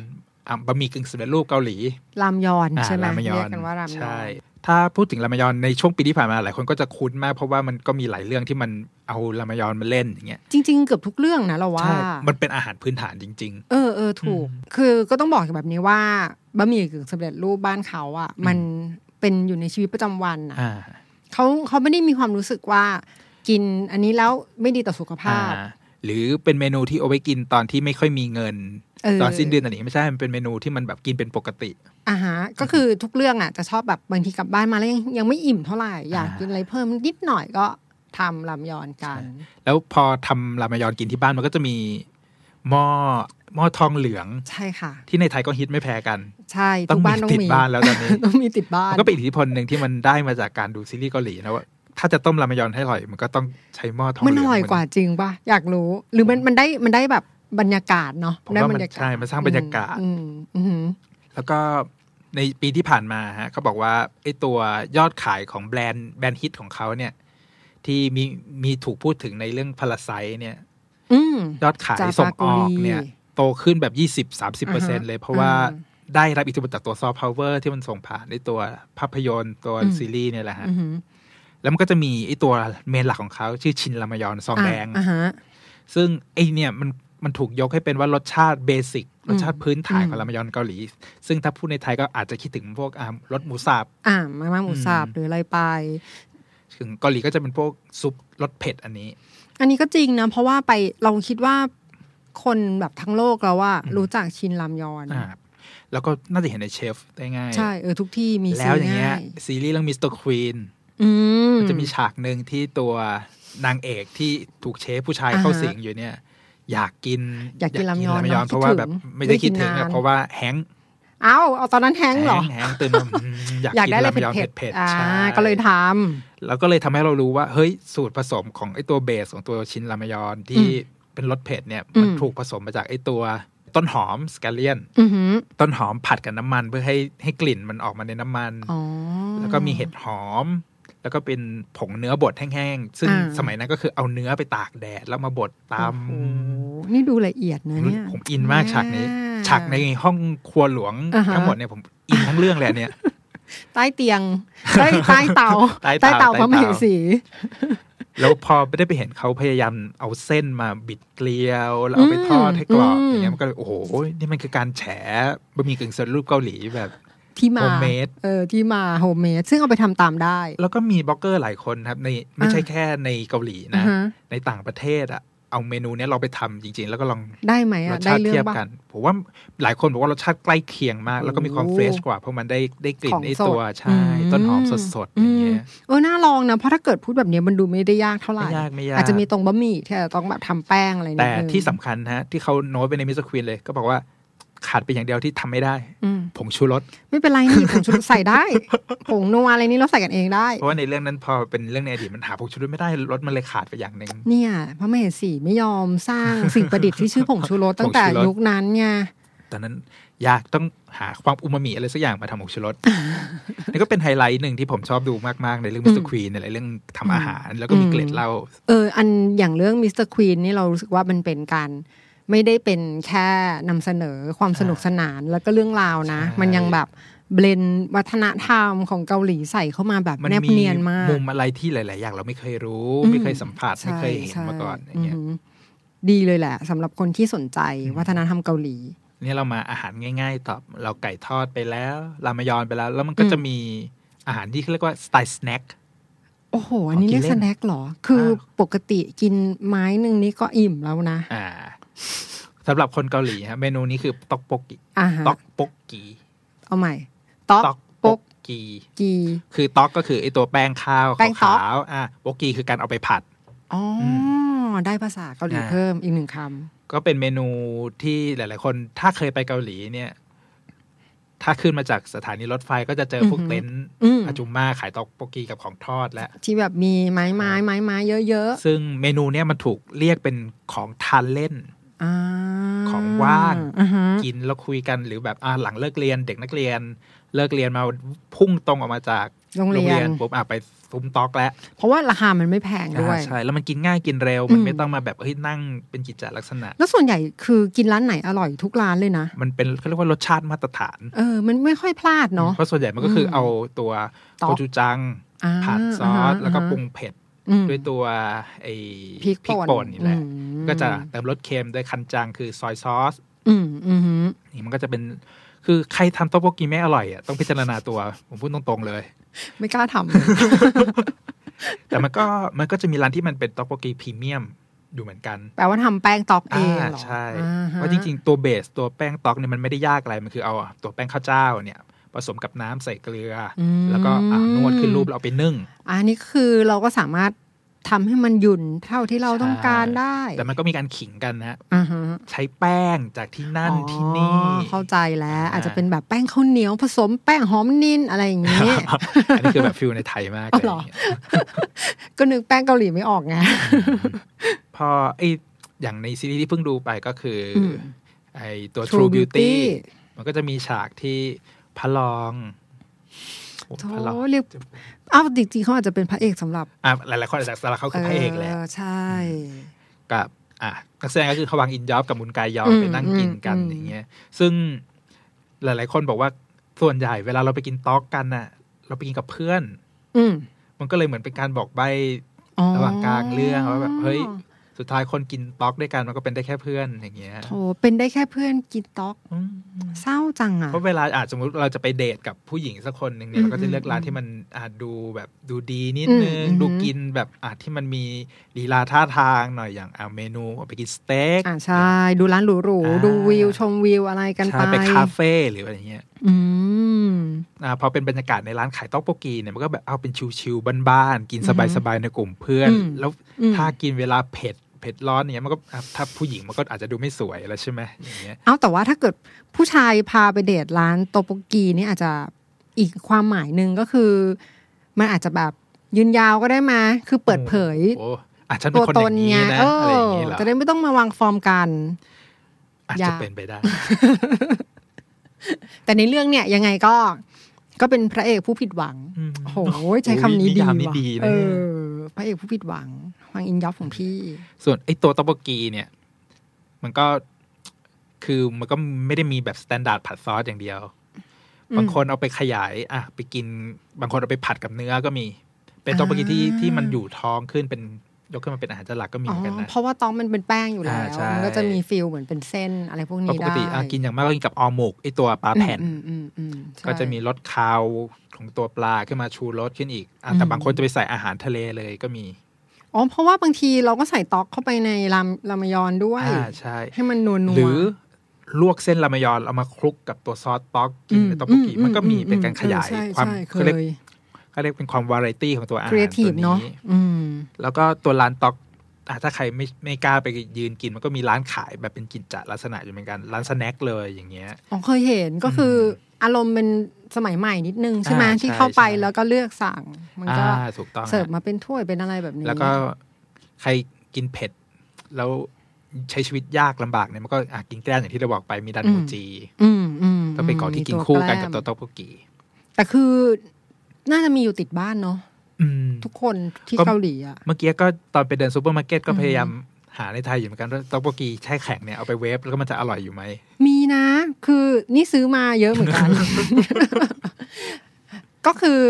B: อ่ะบะหมี่กึ่งสำเร็จรูปเกาหลี
C: รามยอน
B: อ่า
C: ใช่ไหม
B: รามยอ
C: เรีย
B: น
C: กกันว่ารามยอ
B: ใช่
C: น
B: ถ้าพูดถึงรามยอนในช่วงปีที่ผ่านมาหลายคนก็จะคุ้นมาก เพราะว่ามันก็มีหลายเรื่องที่มันเอารามยอนมาเล่นอย่างเงี้ย
C: จริง ๆ เกือบทุกเรื่องนะเราว่า
B: ใช่มันเป็นอาหารพื้นฐานจริง
C: เออเออถูก คือก็ต้องบอกแบบนี้ว่าบะหมี่กึ่งสำเร็จรูปบ้านเขาอ่ะ มันเป็นอยู่ในชีวิตประจำวัน
B: ๆ
C: อ่ะ
B: อ่า
C: เขาเขาไม่ได้มีความรู้สึกว่ากินอันนี้แล้วไม่ดีต่อสุขภาพ
B: อ่าหรือเป็นเมนูที่เอาไว้กินตอนที่ไม่ค่อยมีเงิน
C: เออ
B: ตอนสิ้นเดือนอะไรอย่างเงี้ยไม่ใช่ มันเป็นเมนูที่มันแบบกินเป็นปกติ
C: อ่าฮะก็คือทุกเรื่องอ่ะจะชอบแบบบางทีกลับบ้านมาแล้วยังยังไม่อิ่มเท่าไหร่อยากกินอะไรเพิ่มนิดหน่อยก็ทำลำยอนกัน
B: แล้วพอทำรามยอนกินที่บ้านมันก็จะมีหม้อหม้อทองเหลือง
C: ใช่ค่ะ
B: ที่ในไทยก็ฮิตไม่แพ้กัน
C: ใช่
B: ต้อ
C: ทุ
B: ง
C: ก
B: มี
C: บ้านต้อง
B: ติด
C: มี
B: บ้านแล้วตอน นี้
C: ต้องมีติดบ้าน
B: มันก็เป็นอิทธิพลหนึ่งที่มันได้มาจากการดูซีรีส์เกาหลีนะว่าถ้าจะต้มรามยอนให้อร่อย มันก็ต้องใช้หม้อทองเห
C: มัน
B: ลื
C: อ
B: อง
C: ร่อยกว่าจริงป่ะ อยากรู้ หรือมันมันได้มันได้แบบบรรยากาศเนาะ
B: ผม
C: ได้
B: ว่า
C: บ
B: มั
C: ร
B: น
C: รยากาศ
B: ใช่มันสร้างบรรยากาศ
C: อืมอืมอืม
B: แล้วก็ในปีที่ผ่านมาฮะเขาบอกว่าไอ้ตัวยอดขายของแบรนด์แบรนด์ฮิตของเขาเนี่ย ที่มีมีถูกพูดถึงในเรื่องพาราไซเนี่ย
C: อืม
B: ยอดขาย
C: จา
B: ส่ง
C: ปากุ
B: อ
C: รี
B: อกเนี่ย โตขึ้นแบบ 20-30%เ
C: อ่าฮะ
B: เลย เพราะว่า
C: อ่า
B: ได้รับอิทธิพลจากตัวซอฟต์พาวเวอร์ที่มันส่งผ่านในตัวภาพยนตร์ตัว
C: อืม
B: ซีรีส์เนี่ยแหละฮะ
C: อืม
B: แล้วมันก็จะมีไอ้ตัวเมนหลักของเขาชื่อชินรามยอนซองแดง
C: อ่าฮะ
B: ซึ่งไอเนี่ยมันมันถูกยกให้เป็นว่ารสชาติเบสิกรสชาติพื้นฐาน
C: อืม
B: ของรามยอนเกาหลี ซึ่งถ้าพูดในไทยก็อาจจะคิดถึงพวกอ่ารสหมูสับ
C: อ่ามาม่าหมูสับหรืออะไรไป
B: ถึงเกาหลีก็จะเป็นพวกซุปรสเผ็ดอันนี้
C: อันนี้ก็จริงนะ เพราะว่าไปเราคิดว่าคนแบบทั้งโลกแล้วว่า รู้จักชินลำยอน
B: อ่า แล้วก็น่าจะเห็นในเชฟได้ง่าย
C: ใช่ เออทุกที่มีซี
B: แล้วอย่างเงี้ย
C: ง่าย
B: ซีรีส์เรื่องมิสเตอร์ควีน
C: อืม
B: จะมีฉากหนึ่งที่ตัวนางเอกที่ถูกเชฟผู้ชาย
C: อ่าฮะ
B: เข้าสิงอยู่เนี่ย อยากกิน
C: อยากกินรามยอน
B: รามยอน
C: เนอะ
B: เพราะว่าแบบ
C: คิดถึง
B: ไม่ได้คิดถึงอะ
C: ไม่ได้กินนาน
B: เพราะว่าแฮงค์
C: เอ้าเอาตอนนั้นแฮงค์เหรอ
B: แฮงค์ตื่นมาอืมอยาก
C: อยาก
B: กิน
C: ได้อะไร
B: รามยอน
C: เผ็ด
B: เผ็ด
C: อ่า
B: ใช่
C: ก็เลยท
B: แล้วก็เลยทำให้เรารู้ว่า เฮ้ย สูตรผสมของไอตัวเบสของตัวชินรามยอนที่เป็นรสเผ็ดเนี่ย มัน
C: อืม
B: ถูกผสมมาจากไอตัวต้นหอมสแกเลียน
C: ำอือหือ
B: ต้นหอมผัดกับน้ำมันเพื่อให้ให้กลิ่นมันออกมาในน้ำมัน
C: อ๋อ
B: แล้วก็มีเห็ดหอม แล้วก็เป็นผงเนื้อบดแห้งๆ ซึ่ง
C: อ่า
B: สมัยนั้นก็คือเอาเนื้อไปตากแดด แล้วมาบดตาม
C: โอ้โหนี่ดูละเอียดนะเนี่ย
B: ผมอินมากฉากนี้
C: อ่า
B: ฉากในห้องครัวหลวง
C: อ่าฮะ
B: ทั้งหมดเนี่ยผมอินทั้งเรื่องเลยอันเนี่ย
C: ใต้เตียง ใต้ใต้เตา
B: ใต้เตา
C: เตา
B: ใต้
C: พระม
B: เตา
C: เหสี
B: แล้วพอไม่ได้ไปเห็นเขาพยายามเอาเส้นมาบิดเกลียวแล้วเอาไปทอดให้กรอบ
C: อืม
B: อย่างเงี้ยมันก็เลยโอ้โหนี่มันคือการแฉบะหมี่กึ่งสำเร็จรูปเกาหลีแบบ
C: ที่มา
B: Homemade
C: เออที่มาโฮมเมดซึ่งเอาไปทำตามได้
B: แล้วก็มีบล็อกเกอร์หลายคนครับในไม่ใช่แค่ในเกาหลีนะ
C: อ่าฮะ
B: ในต่างประเทศอะเอาเมนูเนี้ยเราไปทำจริง ๆ แล้วก็ลอง
C: ได้ไหม
B: ร
C: อ่ะ
B: ส
C: ได้
B: ชาติ
C: เรื่อ
B: เทีย
C: ง
B: บ
C: บ้า
B: กันผมว่าหลายคนบอกว่ารสชาติใกล้เคียงมาก แล้วก็มีความ
C: โอ้
B: เฟรชกว่าเพราะมันได้ได้กลิ่
C: ข
B: น
C: อง
B: ไอ
C: สด
B: ตัวใช่
C: อืม
B: ต้นหอมสดๆอย่างเงี้ย
C: เออน่าลองนะ เพราะถ้าเกิดพูดแบบเนี้ยมันดูไม่ได้ยากเท่าไหร่
B: ไม่ยากไม่ยาก
C: อาจจะมีตรงบะหมี่ที่อาจจะต้องแบบทำแป้งอะไรนิด
B: แต่
C: นึง
B: ที่สำคัญนะฮะที่เขาโน้ตไปในมิสควีนเลย ก็บอกว่าขาดไปอย่างเดียวที่ทำไม่ได้
C: อืม
B: ผงชูรส
C: ไม่เป็นไรนี่ผงชูรสใส่ได้ ผงนัวอะไรนี่เราใส่กันเองได้
B: เพราะว่าในเรื่องนั้นพอเป็นเรื่องในอดีตมันหาผงชูรสไม่ได้รถมันเลยขาดไปอย่างหนึ่ง
C: เนี่ยพระมเหสีไม่ยอมสร้างสิ่งประดิษฐ์ที่ชื่อผงชูรสตั้งแต่
B: ผงชูรส
C: ยุคนั้นไง
B: ตอนนั้นยากต้องหาความอูมามิอะไรสักอย่างมาทำผงชูรส นี่ก็เป็นไฮไลท์หนึ่งที่ผมชอบดูมาก ๆ ในเรื่องมิสเตอร์ควีนในเรื่องทำอาหาร แล้วก็มีเกล็ดเหล้า
C: เอออันอย่างเรื่องมิสเตอร์ควีนนี่เรารู้สึกว่ามันเป็นการ ไม่ได้เป็นแค่นำเสนอความสนุกสนานแล้วก็เรื่องราวนะ
B: ใช่
C: มันยังแบบเบลนวัฒนธรรมของเกาหลีใส่เข้ามาแบบ
B: มัน
C: แนบ
B: มี
C: เนียนมาก
B: มุมอะไรที่หลาย ๆ อย่างเราไม่เคยรู้
C: อืม
B: ไม่เคยสัมผัส ไม่เคยเห็น
C: ใช่
B: มาก่อนอย่างเงี้ย
C: อืมดีเลยแหละสำหรับคนที่สนใจวัฒนธรรมเกาหลี
B: นี่เรามาอาหารง่าย ๆ ตอบเราไก่ทอดไปแล้วรามยอนไปแล้ว แล้วมันก็จะมีอาหารที่เขาเรียกว่าสไตล์สแน็ค
C: โอ้โห อันนี้เรียก
B: ขอกิ
C: ส
B: นเล่น
C: แน็คเหรอ คืออา ปกติกินไม้หนึ่งนี้ก็อิ่มแล้วนะ
B: อ่าสำหรับคนเกาหลีฮะเมนูนี้คือต๊อกโปกิ
C: อ่าฮะ
B: ต๊อกโปกี
C: เอาใหม่ ต๊อก
B: ต๊อกโป
C: ปก
B: กี
C: กี
B: คือต๊อกก็คือไอตัวแป้งข้าว
C: แป้งต๊
B: ขา
C: อก
B: วๆอ่ะโบกีคือการเอาไปผัด
C: อ๋ออได้ภาษาเกาหลี
B: อ่า
C: เพิ่มอีกหนึ่งค
B: ก็เป็นเมนูที่หลาย ๆ คนถ้าเคยไปเกาหลีเนี่ย ถ้าขึ้นมาจากสถานีรถไฟก็จะเจอพวกเต็นท์
C: ำอืม
B: อาจุมมาขายต๊อกโปกีกับของทอดและ
C: ที่แบบมีไม้ไม้ไม้ไม้เยอะ
B: ซึ่งเมนูเนี่ยมันถูกเรียกเป็นของทานเล่น
C: ๆอา
B: ของว่าง
C: อ่าฮะ
B: กินแล้วคุยกันหรือแบบอ่ะหลังเลิกเรียน เด็กนักเรียน เลิกเรียนมาพุ่งตรงออกมาจาก
C: โรงเรียน
B: ปุ๊บอ่ะไปซุ้มต๊อกแล้ว
C: เพราะว่าราคามันไม่แพงด้วย
B: อ่าใช่ แล้วมันกินง่ายกินเร็ว มั
C: อื
B: น
C: ม
B: ไม่ต้องมาแบบเฮ้ยนั่งเป็นกิจจลักษณะ
C: แล้วส่วนใหญ่คือกินร้านไหนอร่อยทุกร้านเลยนะ
B: มันเป็นเขาเรียกว่ารสชาติมาตรฐาน
C: เออ มันไม่ค่อยพลาดเนาะ
B: เพราะส่วนใหญ่มันก็คืออ
C: ม
B: เอาตัว
C: ต๊อก
B: โกจูจัง
C: อ่า
B: ผัดซอส แล้วก็ปรุงเผ็ด
C: อืม
B: ด้วยตัวไอ้
C: พริกป่น
B: นี่แหละ
C: อืม
B: ก็จะเติมรสเค็มด้วยคันจังคือซอยซอส
C: อืมอืมฮึ
B: นี่มันก็จะเป็นคือใครทำต๊อกโบกีไม่อร่อยอ่ะต้องพิจารณาตัว ผมพูดตรงๆเลย
C: ไม่กล้าทำเลย
B: แต่มันก็มันก็จะมีร้านที่มันเป็นต๊อกโบกีพรีเมียมอยู่เหมือนกัน
C: แปลว่าทำแป้งตอกเองเหรอ
B: ใช่
C: อ่ฮะ
B: ว่าะจริงๆ ตัวเบสตัวแป้งต๊อกเนี่ยมันไม่ได้ยากอะไร มันคือเอาตัวแป้งข้าวเจ้าเนี่ย ผสมกับน้ำใส่เกลืออ
C: ม
B: แล้วก็อ่ะนวดขึ้นรูปแล้วเอาไปนึ่ง
C: อันนี้คือเราก็สามารถทำให้มันหยุ่นเท่าที่เราต้องการได้
B: แต่มันก็มีการขิงกันนะฮะ
C: อ่าฮะ
B: ใช้แป้งจากที่นั่น
C: อ๋อ
B: ที่นี่
C: เข้าใจแล้ว
B: อ่า
C: อาจจะเป็นแบบแป้งข้าวเหนียวผสมแป้งหอมนิ่นอะไรอย่างนี้
B: อันนี้คือแบบฟิลในไทยมาก
C: อ๋
B: เล
C: อ
B: ย
C: เหรอ ก็นึกแป้งเกาหลีไม่ออกไง
B: พอไออย่างในซีรีส์ที่เพิ่งดูไปก็คืออ
C: ม
B: ไอตัว
C: True
B: True Beauty
C: Beauty
B: มันก็จะมีฉากที่พระรองโอ้
C: โถ
B: พระรอง
C: เรียกอ้าวจริงๆเขาอาจจะเป็นพระเอกสำหรับ
B: อ่ะหลายๆคนอาจจะสารบเขาคือพระเอกแหละ
C: ใช่
B: กับอ่ะนักแสดงก็คือเขาวังอินยอบกับมุนกายยอมไปนั่งกินกันอย่างเงี้ย ซึ่งหลาย ๆ คนบอกว่าส่วนใหญ่เวลาเราไปกินต๊อกกันน่ะ เราไปกินกับเพื่อน
C: อืม
B: มันก็เลยเหมือนเป็นการบอกใบ
C: อ๋อ
B: ระหว่างกลางเรื่องว่าแบบเฮ้ยสุดท้ายคนกินต๊อกด้วยกันมันก็เป็นได้แค่เพื่อนอย่างเงี้ย
C: โถเป็นได้แค่เพื่อนกินต๊อก
B: อืม
C: เศร้าจังอ่ะ
B: เพราะเวลาอาจสมมติเราจะไปเดทกับผู้หญิงสักคนหนึ่งเนี่ย
C: อืม
B: เราก็จะเลือกร้านที่มันอาจดูแบบดูดีนิดนึง
C: อืม
B: ดูกินแบบอาจที่มันมีลีลาท่าทางหน่อยอย่างอ่ะเมนูเอาไปกินสเต็ก
C: อ่าใช่ดูร้านหรู
B: อ่า
C: ๆดูวิวชมวิวอะไรกันไป
B: ใช่ไปคาเฟ่หรืออะไรอย่างเงี้ย
C: อืม
B: อ่าพอเป็นบรรยากาศในร้านขายต๊อกโปกีเนี่ยมันก็แบบเอาเป็นชิวๆบ้านๆกินสบายๆในกลุ่มเพื่อน
C: อืม
B: แล้ว
C: อืม
B: ถ้ากินเวลาเผ็ดเผ็ดร้อนเนี่ยมันก็อ่ะถ้าผู้หญิงมันก็อาจจะดูไม่สวยแล้วใช่ไหมอย่างเงี้ย
C: เอาแต่ว่าถ้าเกิดผู้ชายพาไปเดทร้านโตโปกีนี่อาจจะอีกความหมายหนึ่งก็คือ มันอาจจะแบบยืนยาวก็ได้มาคือเปิดเผย
B: โอ้อาจจะเป็น
C: ตัว
B: คน
C: ต
B: อน ย่างนี้
C: ไง
B: นะ
C: เอ
B: อะไรอย่าง
C: อ
B: เงี้ยเหรอ
C: จะได้ไม่ต้องมาวางฟอร์มกัน
B: อาจ
C: อย่า
B: จะเป็นไปได้
C: แต่ในเรื่องเนี่ยยังไงก็ก็เป็นพระเอกผู้ผิดหวัง
B: อืม
C: โอ้โหใช้คำนี้
B: นิยามนี้ดี
C: ดี
B: นะ
C: ว่ะเออ พระเอกผู้ผิดหวังฟังอินยอฟของพี่
B: ส่วนไอ้ตัวต๊อกโปกีเนี่ย มันก็คือมันก็ไม่ได้มีแบบสแตนดาร์ดผัดซอสอย่างเดียว บางคนเอาไปขยาย อ่ะ ไปกิน บางคนเอาไปผัดกับเนื้อก็มี เป็นต๊อกโปกีที่
C: อ่า
B: ที่มันอยู่ท้องขึ้นเป็นยกขึ้นมาเป็นอาหารจานหลักก็มี
C: อ๋
B: เห
C: อ
B: มือนกันนะ
C: เพราะว่าต้องมันเป็นแป้งอยู่แล้ว
B: อ่าใช่
C: มันก็จะมีฟิลเหมือนเป็นเส้นอะไรพวก
B: เพราะ
C: นี้
B: ป
C: ได้
B: กติอ่ะกินอย่างมากก็กินกับออหมกไอตัวปลาแผ่น
C: อืมอืมอืมใช่
B: ก็จะมีรสคาวของตัวปลาขึ้นมาชูรสขึ้นอีกอ่ะแต่บางคนจะไปใส่อาหารทะเลเลยก็มี
C: อ๋อเพราะว่าบางทีเราก็ใส่ต๊อกเข้าไปในรามรามยอนด้วย
B: อ่าใช่
C: ให้มันนัวนัว
B: หรือลวกเส้นรามยอนเอามาคลุกกับตัวซอสต๊อกกิน
C: อืม
B: ในต๊อกโบกิ
C: อืม
B: มันก็มี
C: อืม
B: เป็นการขยาย
C: เออใช่
B: ความ
C: ใช่เคย
B: เขาเรียกเขาเรียกเป็นความวาไรตี้ของตัวอาหาร
C: ครีเอที
B: ตั
C: ฟ
B: ว
C: เนาะ
B: นี้
C: อืม
B: แล้วก็ตัวร้านต๊อกอ่ะถ้าใครไม่ไม่กล้าไปยืนกิน มันก็มีร้านขายแบบเป็นกิจจะลักษณะอยู่เหมือนกัน ร้านสแน็คเลยอย่างเงี้ย
C: อ๋อเคยเห็นก็คือออารมณ์เป็นสมัยใหม่นิดนึงใช่ไหม
B: อ่า
C: ที่
B: ใช่
C: เข้าไป
B: ใช่
C: แล้วก็เลือกสั่ง มันก็
B: อ่าถูกต้อง
C: เสิร์ฟ
B: ฮะ
C: มาเป็นถ้วยเป็นอะไรแบบนี้
B: แล้วก็ใครกินเผ็ด แล้ว ใช้ชีวิตยากลำบากเนี่ยมันก็อ่ะกินแกล้มอย่างที่เราบอกไปมีดันมูจี
C: อืมอืม
B: ต้องเป็นของที่กินคู่กันกับโตโตโปกี
C: แต่คือน่าจะมีอยู่ติดบ้านเนาะ
B: อืม
C: ทุกคนที่
B: ก็
C: เกาหลีอ่ะ
B: เมื่อกี้ก็ตอนไปเดินซูเปอร์มาร์เก็ตก็
C: อืม
B: พยายามหาในไทยอยู่เหมือนกันว่าโตโปกีแช่แข็งเนี่ยเอาไปเวฟแล้วก็มันจะอร่อยอยู่ไหม
C: มีนะ คือนี่ซื้อมาเยอะเห มือนกัน ก็คือ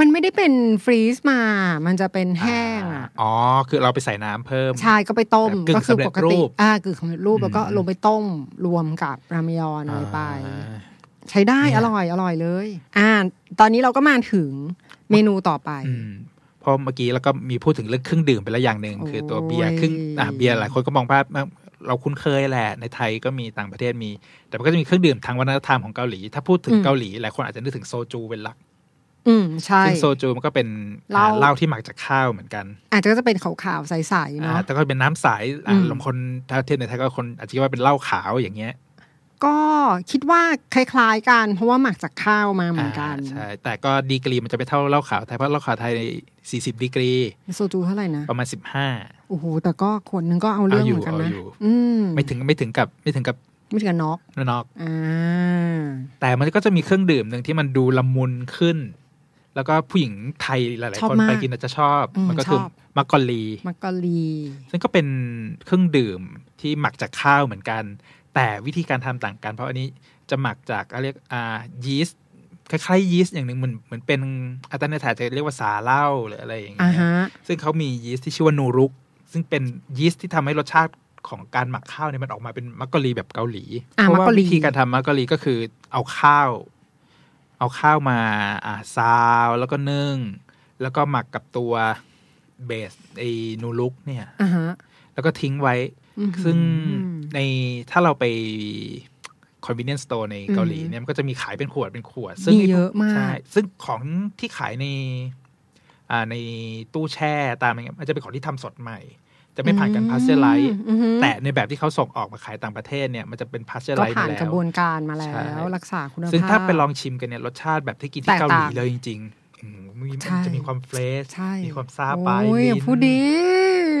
C: มันไม่ได้เป็นฟรีซมา มันจะเป็นแห้ง
B: อ่า
C: อ่ะ
B: อ๋อคือเราไปใส่น้ำเพิ่ม
C: ชายก็ไปต้ม
B: แบบกึ่ง
C: ก็คือ
B: สำเร็จ
C: ปกติ
B: รูป
C: อ่ากึ่งสำเร็จรูป
B: อืม
C: แล้วก็ลงไปต้มรวมกับรามยอนอะไรไป
B: อ่า
C: ใช้ได้
B: เนี่ย
C: อร่อยอร่อยเลย อ่า ตอนนี้เราก็มาถึงเมนูต่อไป
B: อืมเพราะเมื่อกี้แล้วก็มีพูดถึงเรื่องเครื่องดื่มไปแล้วอย่างหนึ่ง
C: โอ้ย
B: คือตัวเบียร์ครึ่งอ่ะเบียร์หลายคนก็มองภาพว่าเราคุ้นเคยแหละในไทยก็มีต่างประเทศมี แต่มันก็จะมีเครื่องดื่มทางวัฒนธรรมของเกาหลี ถ้าพูดถึงเกาหลีหลายคนอาจจะนึกถึงโซจูเป็นหลัก
C: อืมใช่
B: ซึ่งโซจูมันก็เป็น
C: เหล้า
B: อ่าเหล้าที่หมักจากข้าวเหมือนกัน
C: อาจจะก็จะเป็นขาวๆใสๆ
B: อ่า
C: เนาะ
B: แต่ก็เป็นน้ำใสอ่า
C: อืม
B: ลงคนถ้าเทียบในไทยก็คนอาจจะคิดว่าเป็นเหล้าขาวอย่างเงี้ย
C: ก็คิดว่าคล้ายๆกัน เพราะว่าหมักจากข้าวมาเหมือนกัน
B: อ่าใช่แต่ก็ดีกรีมันจะไปเท่าเหล้าขาวไทยเพราะเหล้าขาวไทย40ดีกรี
C: โซจูเท่าไหร่นะ
B: ประมาณ 15
C: โอ้โห แต่ก็ขวดหนึงก็เอาเรื่อง
B: เอาอยู่
C: เหมือนกันนะ
B: เอาอยู่
C: อืม
B: ไม่ถึงไม่ถึงกับไม่ถึงกับ
C: ไม่ถึงกับน็อก
B: นอก
C: อ่า
B: แต่มันก็จะมีเครื่องดื่มหนึ่งที่มันดูละมุนขึ้น แล้วก็ผู้หญิงไทยหลาย
C: ชอ
B: ๆ
C: บ
B: คน
C: มาก
B: ไปกินอาจจะชอบ
C: อืม
B: มันก็คือ
C: ชอบ
B: มักกอลี
C: มักกะลี
B: ซึ่งก็เป็นเครื่องดื่มที่หมักจากข้าวเหมือนกัน แต่วิธีการทำต่างกัน เพราะอันนี้จะหมักจากเรียกอ่ายีสต์คล้ายๆยีสต์อย่างหนึ่งเหมือนเหมือนเป็นอาจารย์ในไทยจะเรียกว่าสาเหล้าหรืออะไรอย่างเงี้
C: อ่าย ฮะ
B: ซึ่งเขามียีสต์ที่ชื่อว่านูรุก ซึ่งเป็นยีสต์ที่ทำให้รสชาติของการหมักข้าวเนี่ยมันออกมาเป็นมักกะลีแบบเกาหลี
C: อ่ะ
B: เพราะ
C: มั
B: ว่าก
C: กะลี
B: วิธีการทำมักกะลีก็คือเอาข้าว เอาข้าวมาอ่าซาวแล้วก็นึ่ง แล้วก็หมักกับตัวเบสไอ้นูรุกเนี่ย
C: อ่าฮะ
B: แล้วก็ทิ้งไว้
C: อื้อหือ
B: ซึ่งในถ้าเราไป convenience store ในเกาหลี
C: อืม
B: เนี่ยมันก็จะมีขายเป็นขวดเป็นขวด
C: มี
B: ซึ่งไพว
C: เยอะมาก
B: ใช่ซึ่งของที่ขายในอ่าในตู้แช่ตามอะไรเงี้ยมันจะเป็นของที่ทำสดใหม่ จะไม่ผ่านการพาสเจอร์ไลท์
C: อือหือ
B: แต่ในแบบที่เขาส่งออกมาขายต่างประเทศเนี่ยมันจะเป็นพาสเจอร์
C: ก็
B: ไล
C: ผ่าม
B: ท์าน แล้
C: กระ
B: ว
C: บวนการมาแล้
B: ใช่
C: ว รักษาคุณภาพ
B: ซึ่งถ้าไปลองชิมกันเนี่ยรสชาติแบบที่กิน
C: แต
B: ที่
C: ก
B: เกาหลี
C: ต่าง
B: เลยจริงๆอืมมัน
C: ใช่
B: จะมีความเฟรช
C: ใช่
B: มีความซาบไป
C: โอ้ย
B: ลิ้น
C: พูดดี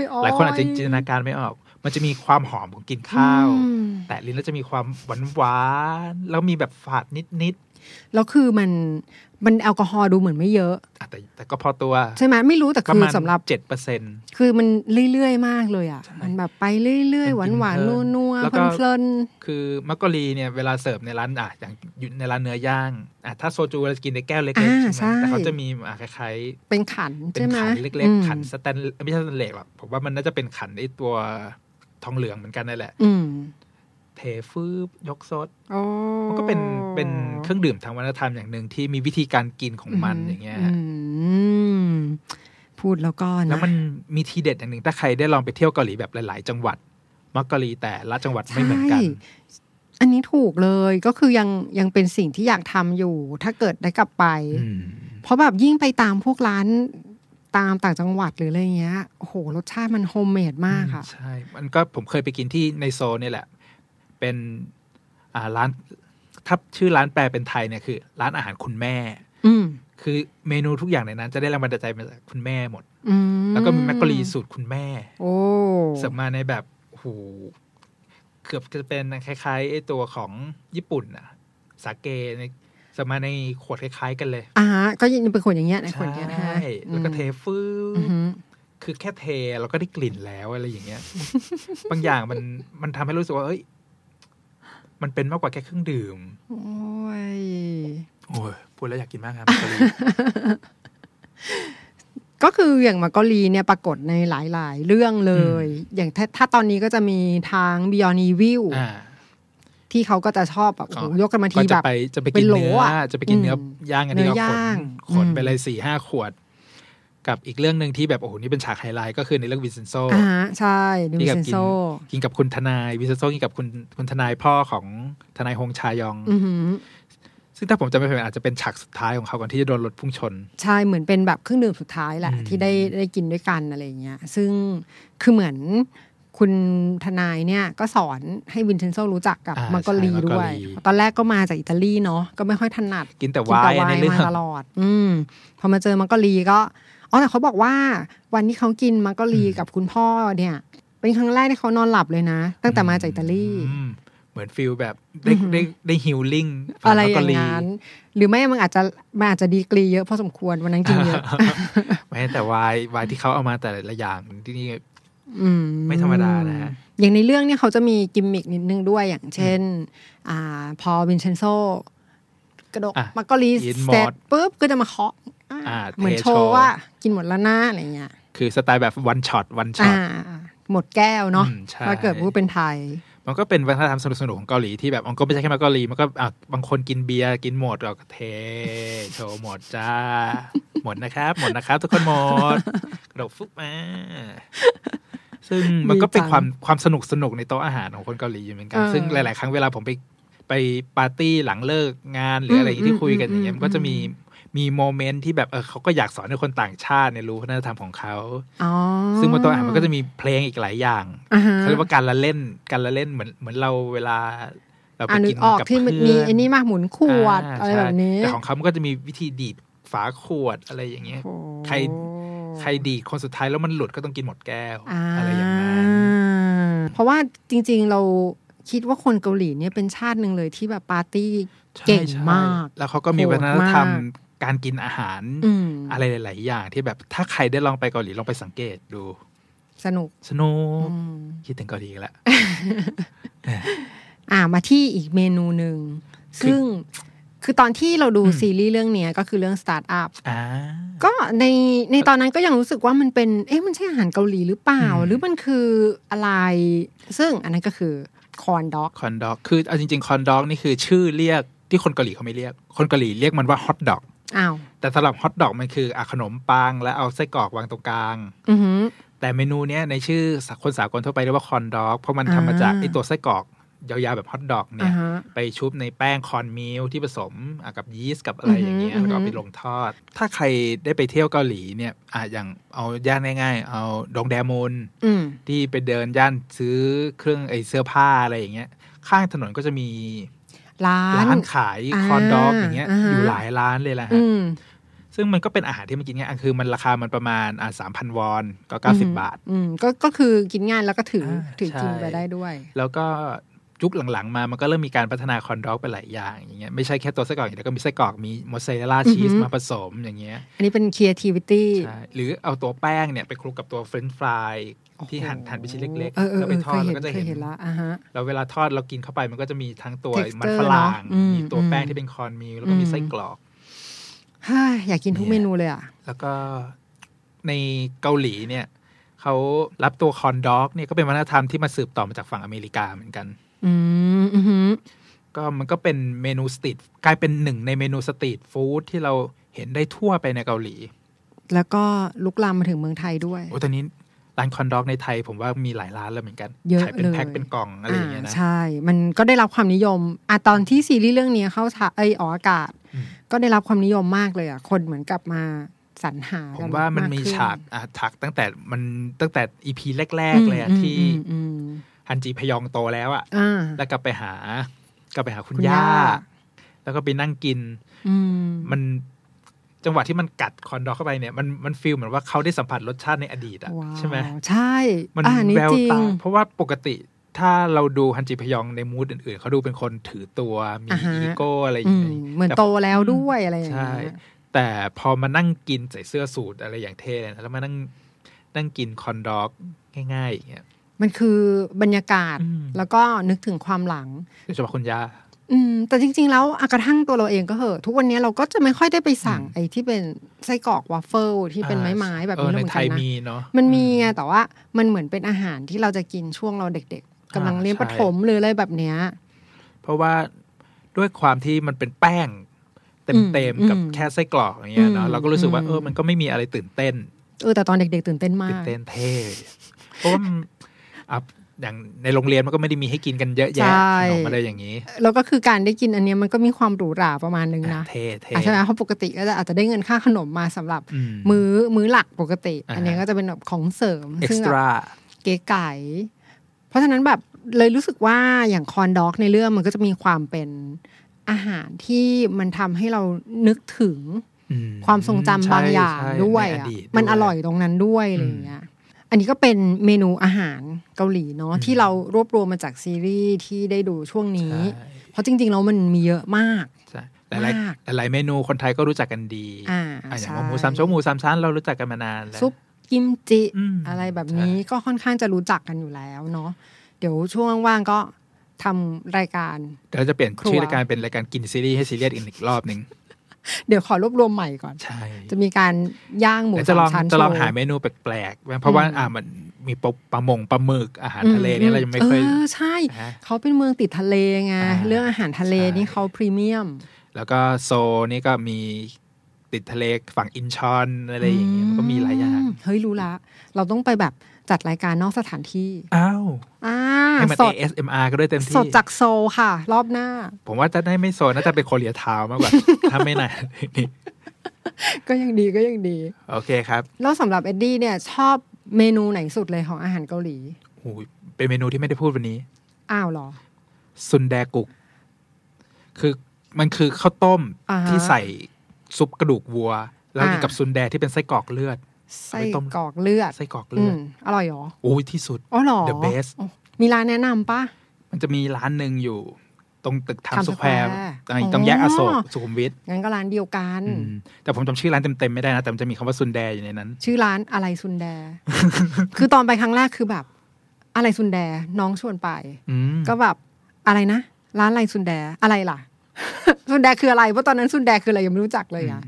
C: โ
B: หลายคนอาจจะจินตนาการไม่ออก มันจะมีความหอมของกลินข้าว
C: อืม
B: แต่ลิ้นแล้วจะมีความหวานหวานๆแล้วมีแบบฝาดนิด
C: แล้วคือมันมันแอลกอฮอล์ดูเหมือนไม่เยอะ
B: ๆอ่ะแต่แต่ก็พอตัว
C: ใช่ไหมไม่รู้แต่
B: ประ
C: คือ
B: มาณ
C: สำหรับ
B: เจ็ดเปอร์เซ็นต์
C: คือมันเรื่อยๆมากเลยอ่ะ มันแบบไปเรื่อยๆ ห
B: มั
C: วาน น
B: กิน
C: หวาน
B: เพลิ
C: นัวนนัว
B: แล้ว
C: เพ
B: ก็
C: ลินเพลิน
B: คือมักกะลีเนี่ยเวลาเสิร์ฟในร้านอ่ะอย่างอยู่ในร้านเนื้อย่างอ่ะถ้าโซจูเราจะกินในแก้วเล็กๆ
C: าใช่
B: ใช่ไหมแต่เขาจะมีอ่ะคล้าย
C: ๆเป็นขัน
B: ๆ เป็น
C: ใช่ไหม
B: ขันเล็ก
C: อืม
B: ๆ ขันสแตนไม่ใช่สแตนเลสหรอกผมว่ามันน่าจะเป็นขันไอตัวทองเหลืองเหมือนกันนั่นแหละ
C: อืม
B: เทฟืบยกซด
C: โอ้
B: มันก็เป็นเป็นเครื่องดื่มทางวัฒนธรรมอย่างหนึ่งที่มีวิธีการกินของมันอย่างเงี้ย
C: มพูดแล้วก็นะ
B: แล้วมันมีทีเด็ดอย่างหนึ่งถ้าใครได้ลองไปเที่ยวเกาหลีแบบหลาย ๆ จังหวัด มักกะลีแต่ละจังหวัดไม่เหมือนกัน
C: ใช่อันนี้ถูกเลยก็คือยังยังเป็นสิ่งที่อยากทำอยู่ ถ้าเกิดได้กลับไป
B: อืม
C: เพราะแบบยิ่งไปตามพวกร้านตามต่างจังหวัดหรืออะไรเงี้ยโอ้โหรสชาติมันโฮมเมดมากค่ะ
B: ใช่ มันก็ผมเคยไปกินที่ในโซนเนี่ยแหละ เป็นอ่าร้านถ้าชื่อร้านแปลเป็นไทยเนี่ยคือ ร้านอาหารคุณแม่
C: อืม
B: คือเมนูทุกอย่างในนั้น จะได้แรงบันดาลใจมาจากคุณแม่หมด
C: อืม
B: แล้วก็มีแมกกะลีสูตรคุณแม่
C: โอ้
B: เสิร์ฟมาในแบบโอ้โหเกือบจะเป็นคล้ายๆไอ้ตัวของญี่ปุ่นอะสาเกในเสิร์ฟมาในขวดคล้ายๆกันเลย
C: อ่าฮะก็ยังเป็นขวดอย่างเงี้ยนะขวดอย่างเงี้ยนะ
B: ใช่
C: ฮะ
B: แล้วก็เทฟืบ
C: อือฮึ
B: คือแค่เทเราก็ได้กลิ่นแล้วอะไรอย่างเงี้ย บางอย่างมันมันทำให้รู้สึกว่า เอ้ย มันเป็นมากกว่าแค่เครื่องดื่ม
C: โอ้ย
B: โอ้ยพูดแล้วอยากกินมากครับ
C: ก็คืออย่างมากอลีเนี่ยปรากฏในหลาย ๆ เรื่องเลย อย่างถ้าถ้าตอนนี้ก็จะมีทาง Beyond Evil
B: อ่า
C: ที่เขาก็จะชอบแบบโอ้โห
B: อ๋อ
C: ยกกันมาที
B: ก็จะ
C: แบบ
B: ไปจะไป
C: เป็
B: กิน
C: นโหล
B: เนื้อ
C: อะ
B: จะไปกินเนื้ออ
C: ม
B: ย่างอันนี้ก็ข
C: เนื้อนย่าง
B: ขน
C: อืม
B: ไปเลยสี่ห้าขวด กับอีกเรื่องหนึ่งที่แบบ โอ้โห นี่เป็นฉากไฮไลท์ก็คือในเรื่องวินเซนโซ
C: อ่าฮะใช่ดิ
B: ที่
C: วิ
B: กับกิ
C: เซน
B: น
C: โซ
B: กินกับคุณทนายวินเซนโซกินกับคุณคุณทนายพ่อของทนายฮงชายอง
C: อือหือ
B: ซึ่งถ้าผมจำไม่ผิดอาจจะเป็นฉากสุดท้ายของเขาก่อนที่จะโดนรถพุ่งชน
C: ใช่เหมือนเป็นแบบเครื่องดื่มสุดท้ายแหละ
B: อืม
C: ที่ได้ได้กินด้วยกันอะไรอย่างเงี้ย ซึ่งคือเหมือนคุณทนายเนี่ยก็สอนให้วินเซนโซรู้จักกับ
B: อ่า
C: มังกอลี
B: ใช่มังกร
C: ด้วย
B: ลี
C: ตอนแรกก็มาจากอิตาลีเนาะก็ไม่ค่อยถนัด
B: กินแต่
C: กิน
B: วา
C: แต่
B: ยใน
C: ไวาย
B: เรื่อง
C: มาตลอด อืม พอมาเจอมังกรีก็ อ๋อ แต่เขาบอกว่า วันที่เขากินมังกรีกับคุณพ่อเนี่ย เป็นครั้งแรกที่เขานอนหลับเลยนะ ตั้งแต่มาจากอิตาลี
B: อืมเหมือนฟิลแบบได้ได้ได้ฮิลลิ่ง
C: อะไรอย่างนั้นหรือไม่มันอาจจะมันอาจจะดีกรีเยอะพอสมควรวันนั้นกินเยอะ
B: แม้แต่วายวายที่เขาเอามาแต่ละอย่างที่นี่
C: อื
B: ไม่ธรรมดานะฮะ
C: อย่างในเรื่องเนี่ยเขาจะมีกิมมิกนิดนึงด้วยอย่างเช่น อ่า พอวินเชนโซ กระดก
B: อ่ะ
C: มักกะลี
B: กินหมด
C: เสร็จปุ๊บก็จะมาเคาะอ่ะ
B: อ่า
C: เหมือน
B: เท
C: โช
B: โชว์
C: ว์ว่ากินหมดแล้วนะอะไรเงี้ย
B: คือสไตล์แบบวันช็อตวันช็อ
C: อ่า
B: ต
C: หมดแก้วเนาะ
B: อืมใช่
C: ถ้าเกิดว่าเป็นไทย
B: มันก็เป็นวัฒนธรรมสนุกๆของเกาหลีที่แบบมันก็ไม่ใช่แค่มาเกาหลีมันก็อ่ะบางคนกินเบียร์กินหมดเราก็เท โชว์หมดจ้า หมดนะครับ หมดนะครับ ทุกคนหมดกระโดดฟุบมาซึ่งมันก็เป็น
C: ดีจัง
B: ความความสนุกสนุกในโต๊ะอาหารของคนเกาหลีอยู่เหมือนกัน
C: เออ
B: ซึ่งหลาย ๆ ครั้งเวลาผมไปไปปาร์ตี้หลังเลิกงานหรืออะไรอย่างงี้ที่คุยกันอย่างเงี้ย
C: อืม
B: มันก็จะ
C: อืม
B: มีมีโมเมนต์ที่แบบเออเขาก็อยากสอนให้คนต่างชาติเนี่ยรู้วัฒนธรรมของเขา
C: อ๋อ
B: ซึ่งบนโต๊ะอาหารมันก็จะมีเพลงอีกหลายอย่าง
C: อ่าฮะ
B: เขาเรียกว่าการละเล่นการละเล่นเหมือนเหมือนเราเวลาเราไป
C: อ่านึ
B: กิ
C: ก
B: น
C: ออก
B: กับ
C: ที่
B: เพื่
C: มั
B: อน น
C: มีไอ้นี่มาหมุนขวด
B: า
C: อะไร
B: ใช่
C: แบบนี้
B: แต่ของเขามันก็จะมีวิธีดีดฝาขวดอะไรอย่างเงี้ย
C: โอ้
B: ใคร ใครดีดคนสุดท้ายแล้วมันหลุดก็ต้องกินหมดแก้ว
C: า
B: อะไรอย่างนั้น
C: เพราะว่าจริง ๆ เราคิดว่าคนเกาหลีเนี่ยเป็นชาติหนึ่งเลยที่แบบปาร์ตี้ เก่ง
B: ใช่
C: มาก
B: แล้วเขาก็มีวัฒนธรรมการกินอาหาร
C: อืม
B: อะไรหลาย ๆ อย่างที่แบบถ้าใครได้ลองไปเกาหลีลองไปสังเกตดู
C: สนุก
B: สนุก
C: อืม
B: คิดถึงเกาหลีอี กแล้ว
C: อ่ามาที่อีกเมนูหนึ่ง
B: คือ
C: ซึ่งคือตอนที่เราดู
B: อืม
C: ซีรีส์เรื่องเนี้ยก็คือเรื่องสตาร์ทอัพ
B: อ่า
C: ก็ในในตอนนั้นก็ยังรู้สึกว่ามันเป็น เอ๊ะมันใช่อาหารเกาหลีหรือเปล่า
B: อืม
C: หรือมันคืออะไร ซึ่งอันนั้นก็คือคอนด็อก
B: คอนด็อกคือเอาจริงๆคอนด็อกนี่คือชื่อเรียกที่คนเกาหลีเขาไม่เรียก คนเกาหลีเรียกมันว่าฮอทดอก
C: อ้าว
B: แต่สำหรับฮอทดอกมันคืออะขนมปัง แล้วเอาไส้กรอกวางตรงกลาง
C: อือหือ
B: แต่เมนูเนี้ยในชื่อคนสากลทั่วไปเรียกว่าคอนด็อก เพราะมันทำมาจาก
C: อ่า
B: ไอตัวไส้กรอกยาวๆแบบฮอทดอกเนี่
C: อ่าย ฮะ
B: ไปชุบในแป้งคอนมิลที่ผสมอ่ะกับยีสต์กับอะไรอย่างเงี้ย
C: อือฮึ
B: แล้วก็เอาไปลงทอด ถ้าใครได้ไปเที่ยวเกาหลีเนี่ยอ่ะอย่างเอาย่านง่ายๆ เอาดงแดมูน
C: อืม
B: ที่ไปเดินย่านซื้อเครื่องไอเสื้อผ้าอะไรอย่างเงี้ย ข้างถนนก็จะมี
C: ร้าน
B: ร้านขาย
C: อ่า
B: คอนดอกอย่างเงี้ย
C: อ่าฮะ
B: อยู่หลายร้านเลยแหละฮะ
C: อืม
B: ซึ่งมันก็เป็นอาหารที่มันกินง่ายอ่ะคือมันราคามันประมาณอ่าสามพันวอนก็
C: อื
B: เก้าม สิบบาท
C: อืมก็ก็คือกินง่ายแล้วก็ถืออา ถือกิน
B: ใช่
C: ไปได้ด้วย
B: แล้วก็ยุคหลังๆมามันก็เริ่มมีการพัฒนาคอนดอกไปหลายอย่างอย่างเงี้ยไม่ใช่แค่ตัวไส้กรอกอย่างเดียวก็มีไส้กรอกมีมอสซาเรลล่าชีส
C: อือฮึ
B: มาผสมอย่างเงี้ย
C: อันนี้เป็น creativity
B: ใช่หรือเอาตัวแป้งเนี่ยไปคลุกกับตัวเฟรนช์ฟราย
C: โอ้โ
B: ที่หั่นหั่นเป็นชิ้นเล็ก
C: ออ
B: ๆ
C: เออ
B: แล้วไปทอด
C: เคย
B: แล้ว
C: เน
B: ก็จะ
C: เคย
B: เห็น
C: เห็นละอ่าฮะ
B: เราเวลาทอดเรากินเข้าไปมันก็จะมีทั้งตัว
C: Texture
B: มันฝรั่ง
C: เนอะอืม
B: มีตัวแป้ง
C: อืม
B: ที่เป็นคอนมิลแล้วก็มี
C: อืม
B: ไส้กรอก
C: เฮ้ยอยากกินทุก
B: เนี่
C: เม
B: ย
C: นูเลยอ่ะ
B: แล้วก็ในเกาหลีเนี่ยเขารับตัวคอนด็อกเนี่ยก็เป็นวัฒนธรรมที่มาสืบต่อมาจากฝั่งอเมริกาเหมือนกัน
C: อืมอือหือ
B: ก็มันก็เป็นเมนูสตรีทกลายเป็นหนึ่งในเมนูสตรีทฟู้ดที่เราเห็นได้ทั่วไปในเกาหลี
C: แล้วก็ลุกลามมาถึงเมืองไทยด้วย
B: โอ้ตอนนี้ร้านคอนด็อกในไทย ผมว่ามีหลายร้านแล้วเหมือนกัน
C: เยอะ
B: ขายเป็น
C: เลย
B: แพ็คเป็นกล่องอะไรอย่างเงี้ยนะ
C: ใช่ มันก็ได้รับความนิยมอ่ะตอนที่ซีรีส์เรื่องนี้เข้าฉายเอยออกอากาศ
B: อืม
C: ก็ได้รับความนิยมมากเลยอ่ะ คนเหมือนกลับมาสรรหา
B: ผ
C: กั
B: มว่ามันมี
C: ขึ้
B: ฉากอ่ะฉากตั้งแต่มันตั้งแต่อีพีแรก
C: อืม
B: ๆเลยอะที่
C: อืมอืม
B: ฮันจีพยองโตแล้วอะ
C: อ่า
B: แล้วกลับไปหากลับไปหาคุณ
C: คุณย่า
B: ย่า แล้วก็ไปนั่งกิน
C: อืม
B: มันจังหวะที่มันกัดคอนดอกเข้าไปเนี่ย มันมันฟีลเหมือนว่าเขาได้สัมผัสรสชาติในอดีตอะ
C: ว้าว
B: ใช่ไหม
C: ใช่
B: มัน
C: อ่านี่
B: แวว
C: จริง
B: ตาเพราะว่าปกติถ้าเราดูฮันจีพยองในมูดอื่นๆ เขาดูเป็นคนถือตัวมี
C: อ่าฮะ
B: อีโก้อะไรอ
C: อื
B: ย่าง
C: ม
B: เงี้ย
C: เหมือน
B: แต่
C: โตแล้วด้วยอะไรอย่างเงี้
B: ใช่
C: ย
B: แต่พอมานั่งกินใส่เสื้อสูทอะไรอย่างเท่เลยนะแล้วมานั่งนั่งกินคอนดอกง่ายๆอย่างเงี้ย
C: มันคือบรรยากาศ
B: อืม
C: แล้วก็นึกถึงความหลัง
B: โดยเฉพาะคุณย่า
C: อืม แต่จริง ๆ แล้วอะกระทั่งตัวเราเองก็เหอะ ทุกวันนี้เราก็จะไม่ค่อยได้ไปสั่ง
B: อืม
C: ไอ้ที่เป็นไส้กรอกวาฟเฟิลที่เป็นไม้ๆแบบนี้
B: เออใน
C: แล้วเหมือน
B: ไท
C: กั
B: ย
C: นนะ
B: มีเนาะ
C: มันมีไงแต่ว่ามันเหมือนเป็นอาหารที่เราจะกินช่วงเราเด็ก ๆกำลังเรียน
B: ใช่
C: ประถมหรืออะไรแบบเนี้ย
B: เพราะว่าด้วยความที่มันเป็นแป้ง เต็ม
C: อืม
B: ๆกับแค่ไส้กรอกอย่างเงี้ยเนาะ
C: อืม
B: เราก็รู้สึกว่า
C: อืม
B: เออมันก็ไม่มีอะไรตื่นเต้น
C: เออแต่ตอนเด็ก ๆ ตื่นเต้นมา
B: ตื่น
C: ก
B: เต้นเท่เพราะว่ามันอ่ะอย่างในโรงเรียนมันก็ไม่ได้มีให้กินกันเยอะแยะ
C: ใช่
B: ขนมอะไรอย่างงี้
C: แล้วก็คือการได้กินอันเนี้ยมันก็มีความหรูหราประมาณนึงนะ
B: เท่เท่
C: อ่ะใช่ไหมเพราะปกติก็จะอาจจะได้เงินค่าขนมมาสำหรับ
B: อืม
C: มื้อมื้อหลักปกติ อันเนี้ย
B: อ่าฮะ
C: ก็จะเป็นแบบของเสริม
B: เอ็ก
C: ซึ่ง
B: ซ์
C: แบ
B: ต
C: บ
B: ร้า
C: เก๋ไก่ เพราะฉะนั้นแบบเลยรู้สึกว่าอย่างคอนด็อกในเรื่องมันก็จะมีความเป็นอาหารที่มันทำให้เรานึกถึงความทรงจำบางอย่างด้วยอะมันอร่อยตรงนั้นด้วยอะไรอย่างเงี้ย อันนี้ก็เป็นเมนูอาหารเกาหลีเนาะที่เรารวบรวมมาจากซีรีส์ที่ได้ดูช่วงนี้
B: ใช่
C: เพราะจริงๆแล้วมันมีเยอะมาก
B: ใช่หลาย
C: มาก
B: ๆหลายๆเมนูคนไทยก็รู้จักกันดี
C: อ่า
B: ะอย่าง
C: ใช่
B: ว่าหมูสามชั้นหมูสามชั้นเรารู้จักกันมานานแล้ว
C: ซุปกิมจิ
B: อืม
C: อะไรแบบนี้
B: ใช่
C: ก็ค่อนข้างจะรู้จักกันอยู่แล้วเนาะเดี๋ยวช่วงว่างๆก็ทำรายการ
B: เดี๋ยวเราจะเปลี่ยน
C: ครัว
B: ชื่อรายการเป็นรายการกินซีรีส์ให้ซีเรียสอีกรอบหนึ่ง
C: เดี๋ยวขอรวบรวมใหม่ก่อน
B: ใช่
C: จะมีการย่างหมู
B: เดี๋ยวจะล
C: สาม
B: อง
C: ชั้น
B: จะลอง
C: โชว์
B: หาเมนูแปลกๆเพราะว่าอ่ามันมีปลาปลามงปลาหมึกอาหารทะเลเนี่ยเรายังไม่เคย
C: เออใช่
B: ฮะ
C: เขาเป็นเมืองติดทะเลไง
B: อ่า
C: เรื่องอาหารทะเล
B: ใช่
C: นี่เขาพรีเมียม
B: แล้วก็โซลนี่ก็มีติดทะเลฝั่งอินชอนอะไรอย่างเงี้ยมันก็มีหลายอย่าง
C: เฮ้ย รู้ละ เราต้องไปแบบจัดรายการนอกสถานที่
B: อ้าว
C: อ่า
B: ให้มัน
C: สด
B: ASMR ก็ด้วยเต็มที่
C: สดจากโซลค่ะ รอบหน้า
B: ผมว่าจะได้ไม่โซนน่าจะเป็นโคเรียทาวน์มากกว่า ถ้าไม่นานนี่
C: ก็ยังดีก็ยังดี
B: โอเคครับ
C: แล้วสำหรับเอ็ดดี้เนี่ย ชอบเมนูไหนสุดเลยของอาหารเกาหลี
B: หูยเป็นเมนูที่ไม่ได้พูดวันนี้
C: อ้าวเหรอ
B: ซุนแดกุก คือมันคือข้าวต้ม
C: อ่าฮะ
B: ที่ใส่ซุปกระดูกวัว แล้วกินกับซุนแดที่เป็นไส้กรอกเลือด
C: ไส้
B: เอาไปต้ม
C: กรอกเลือด
B: ไส้กรอก
C: อื
B: เลือด
C: มอร่อยเหรอ
B: โอ้ยที่สุด
C: อ๋อเหรอ
B: The best
C: โอ้มีร้านแนะนำปะ
B: มันจะมีร้านหนึ่งอยู่ ตรงตึกไท
C: ไทม์
B: ม์ส
C: ส
B: แค
C: แคว วร์
B: ร์ต้องแยก
C: อ๋
B: อ
C: ออ
B: โศกสุขุมวิท
C: งั้นก็ร้านเดียวกัน
B: อืมแต่ผมจำชื่อร้านเต็มๆไม่ได้นะ แต่มันจะมีคำว่าซุนแดอยู่ในนั้น
C: ชื่อร้านอะไรซุนแด คือตอนไปครั้งแรกคือแบบ อะไรซุนแด น้องชวนไป
B: อืม
C: ก็แบบอะไรนะ ร้านอะไรซุนแด อะไรล่ะ ซุนแดคืออะไร เพราะตอนนั้นซุนแดคืออะไรยังไม่รู้จักเลยอ่ะ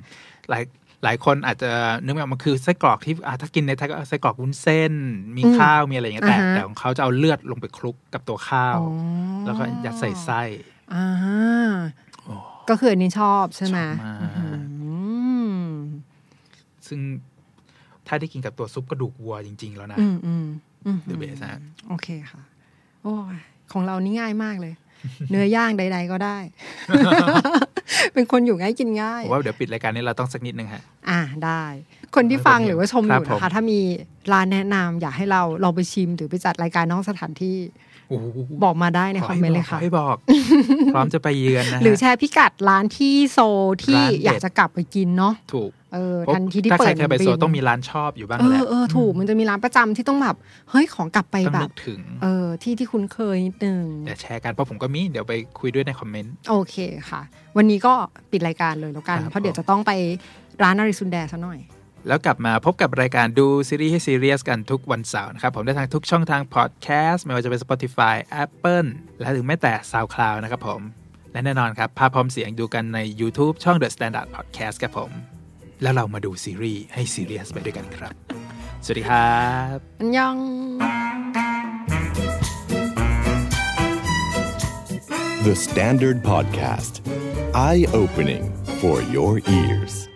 B: หลายหลายคนอาจจะนึกไม่ออกมันคือไส้กรอกที่อ่ะถ้ากินในไทยก็เอาไส้กรอกวุ้นเส้น มี
C: อืม
B: ข้าวมีอะไรอย่างเงี้ยแต่
C: อ่าฮะ
B: แต่ของเขาจะเอาเลือดลงไปคลุกกับตัวข้าว
C: อ๋อ
B: แล้วก็ยัดใส่ไส้
C: อ่าก็คืออันนี้ชอบใช่ไหม
B: ชอบมาก
C: อื้อหือ
B: ซึ่งถ้าได้กินกับตัวซุปกระดูกวัวจริง ๆ แล้วนะ
C: อืมอืมอืม
B: The best ฮะ
C: โอเคค่ะ โอ้ยของเรานี่ง่ายมากเลย เนื้อย่างใด ๆ ก็ได้ เป็นคนอยู่ง่ายกินง่าย
B: ผมว่าเดี๋ยวปิดรายการนี้เราต้องสักนิดนึงฮะ
C: อ่าได้ คนที่ฟังหรือว่าชมอยู่
B: ครับ
C: นะ
B: ผ
C: คะ
B: ม
C: ถ้ามีร้านแนะนำอยากให้เราเราไปชิมหรือไปจัดรายการนอกสถานที่
B: โอ้โห
C: บอกมาได้ใน
B: ข
C: คอมเมนต์
B: ให้บก
C: เลยค่ะ
B: ขให้ บอก พร้อมจะไปเยือนนะ
C: หรือแช
B: ฮะ
C: ร์พิกัดร้านที่โซลที่
B: ร้านเด็ด
C: อยากจะกลับไปกินเนาะ
B: ถูก
C: เออ
B: เพราะ
C: ทันทีที่
B: ถ้า
C: เปิ
B: ใคร
C: ด
B: เคยไปโซนต้องมีร้านชอบอยู่บ้าง
C: เอ
B: แหละ
C: อเออถูกมันจะมีร้านประจำที่ต้องแบบเฮ้ยของกลับไป
B: ต้อง
C: แบ
B: นึ
C: บ
B: กถึง
C: เออที่ที่คุ้นเคยนิดนึง
B: เดี๋ยวแชร์กันเพราะผมก็มีเดี๋ยวไปคุยด้วยในคอมเมนต์
C: โอเคค่ะ วันนี้ก็ปิดรายการเลยแล้วกัน
B: ครับ
C: เพราะเดี๋ยวจะต้องไปร้านอาริซุนแดซะหน่อย
B: แล้วกลับมาพบกับรายการดูซีรีส์ให้ซีเรียสกันทุกวันเสาร์นะครับ ผมได้ทางทุกช่องทางพอดแคสต์ไม่ว่าจะเป็น Spotify Apple และถึงแม้แต่ SoundCloud นะครับผม และแน่นอนครับ ภาพพร้อมเสียงดูกันใน YouTube ช่อง The Standard Podcast ครับผม แล้วเรามาดูซีรีส์ให้ซีเรียสไปด้วยกันครับ สวัสดีครับ
C: อันยอง
A: The Standard Podcast. Eye opening for your ears.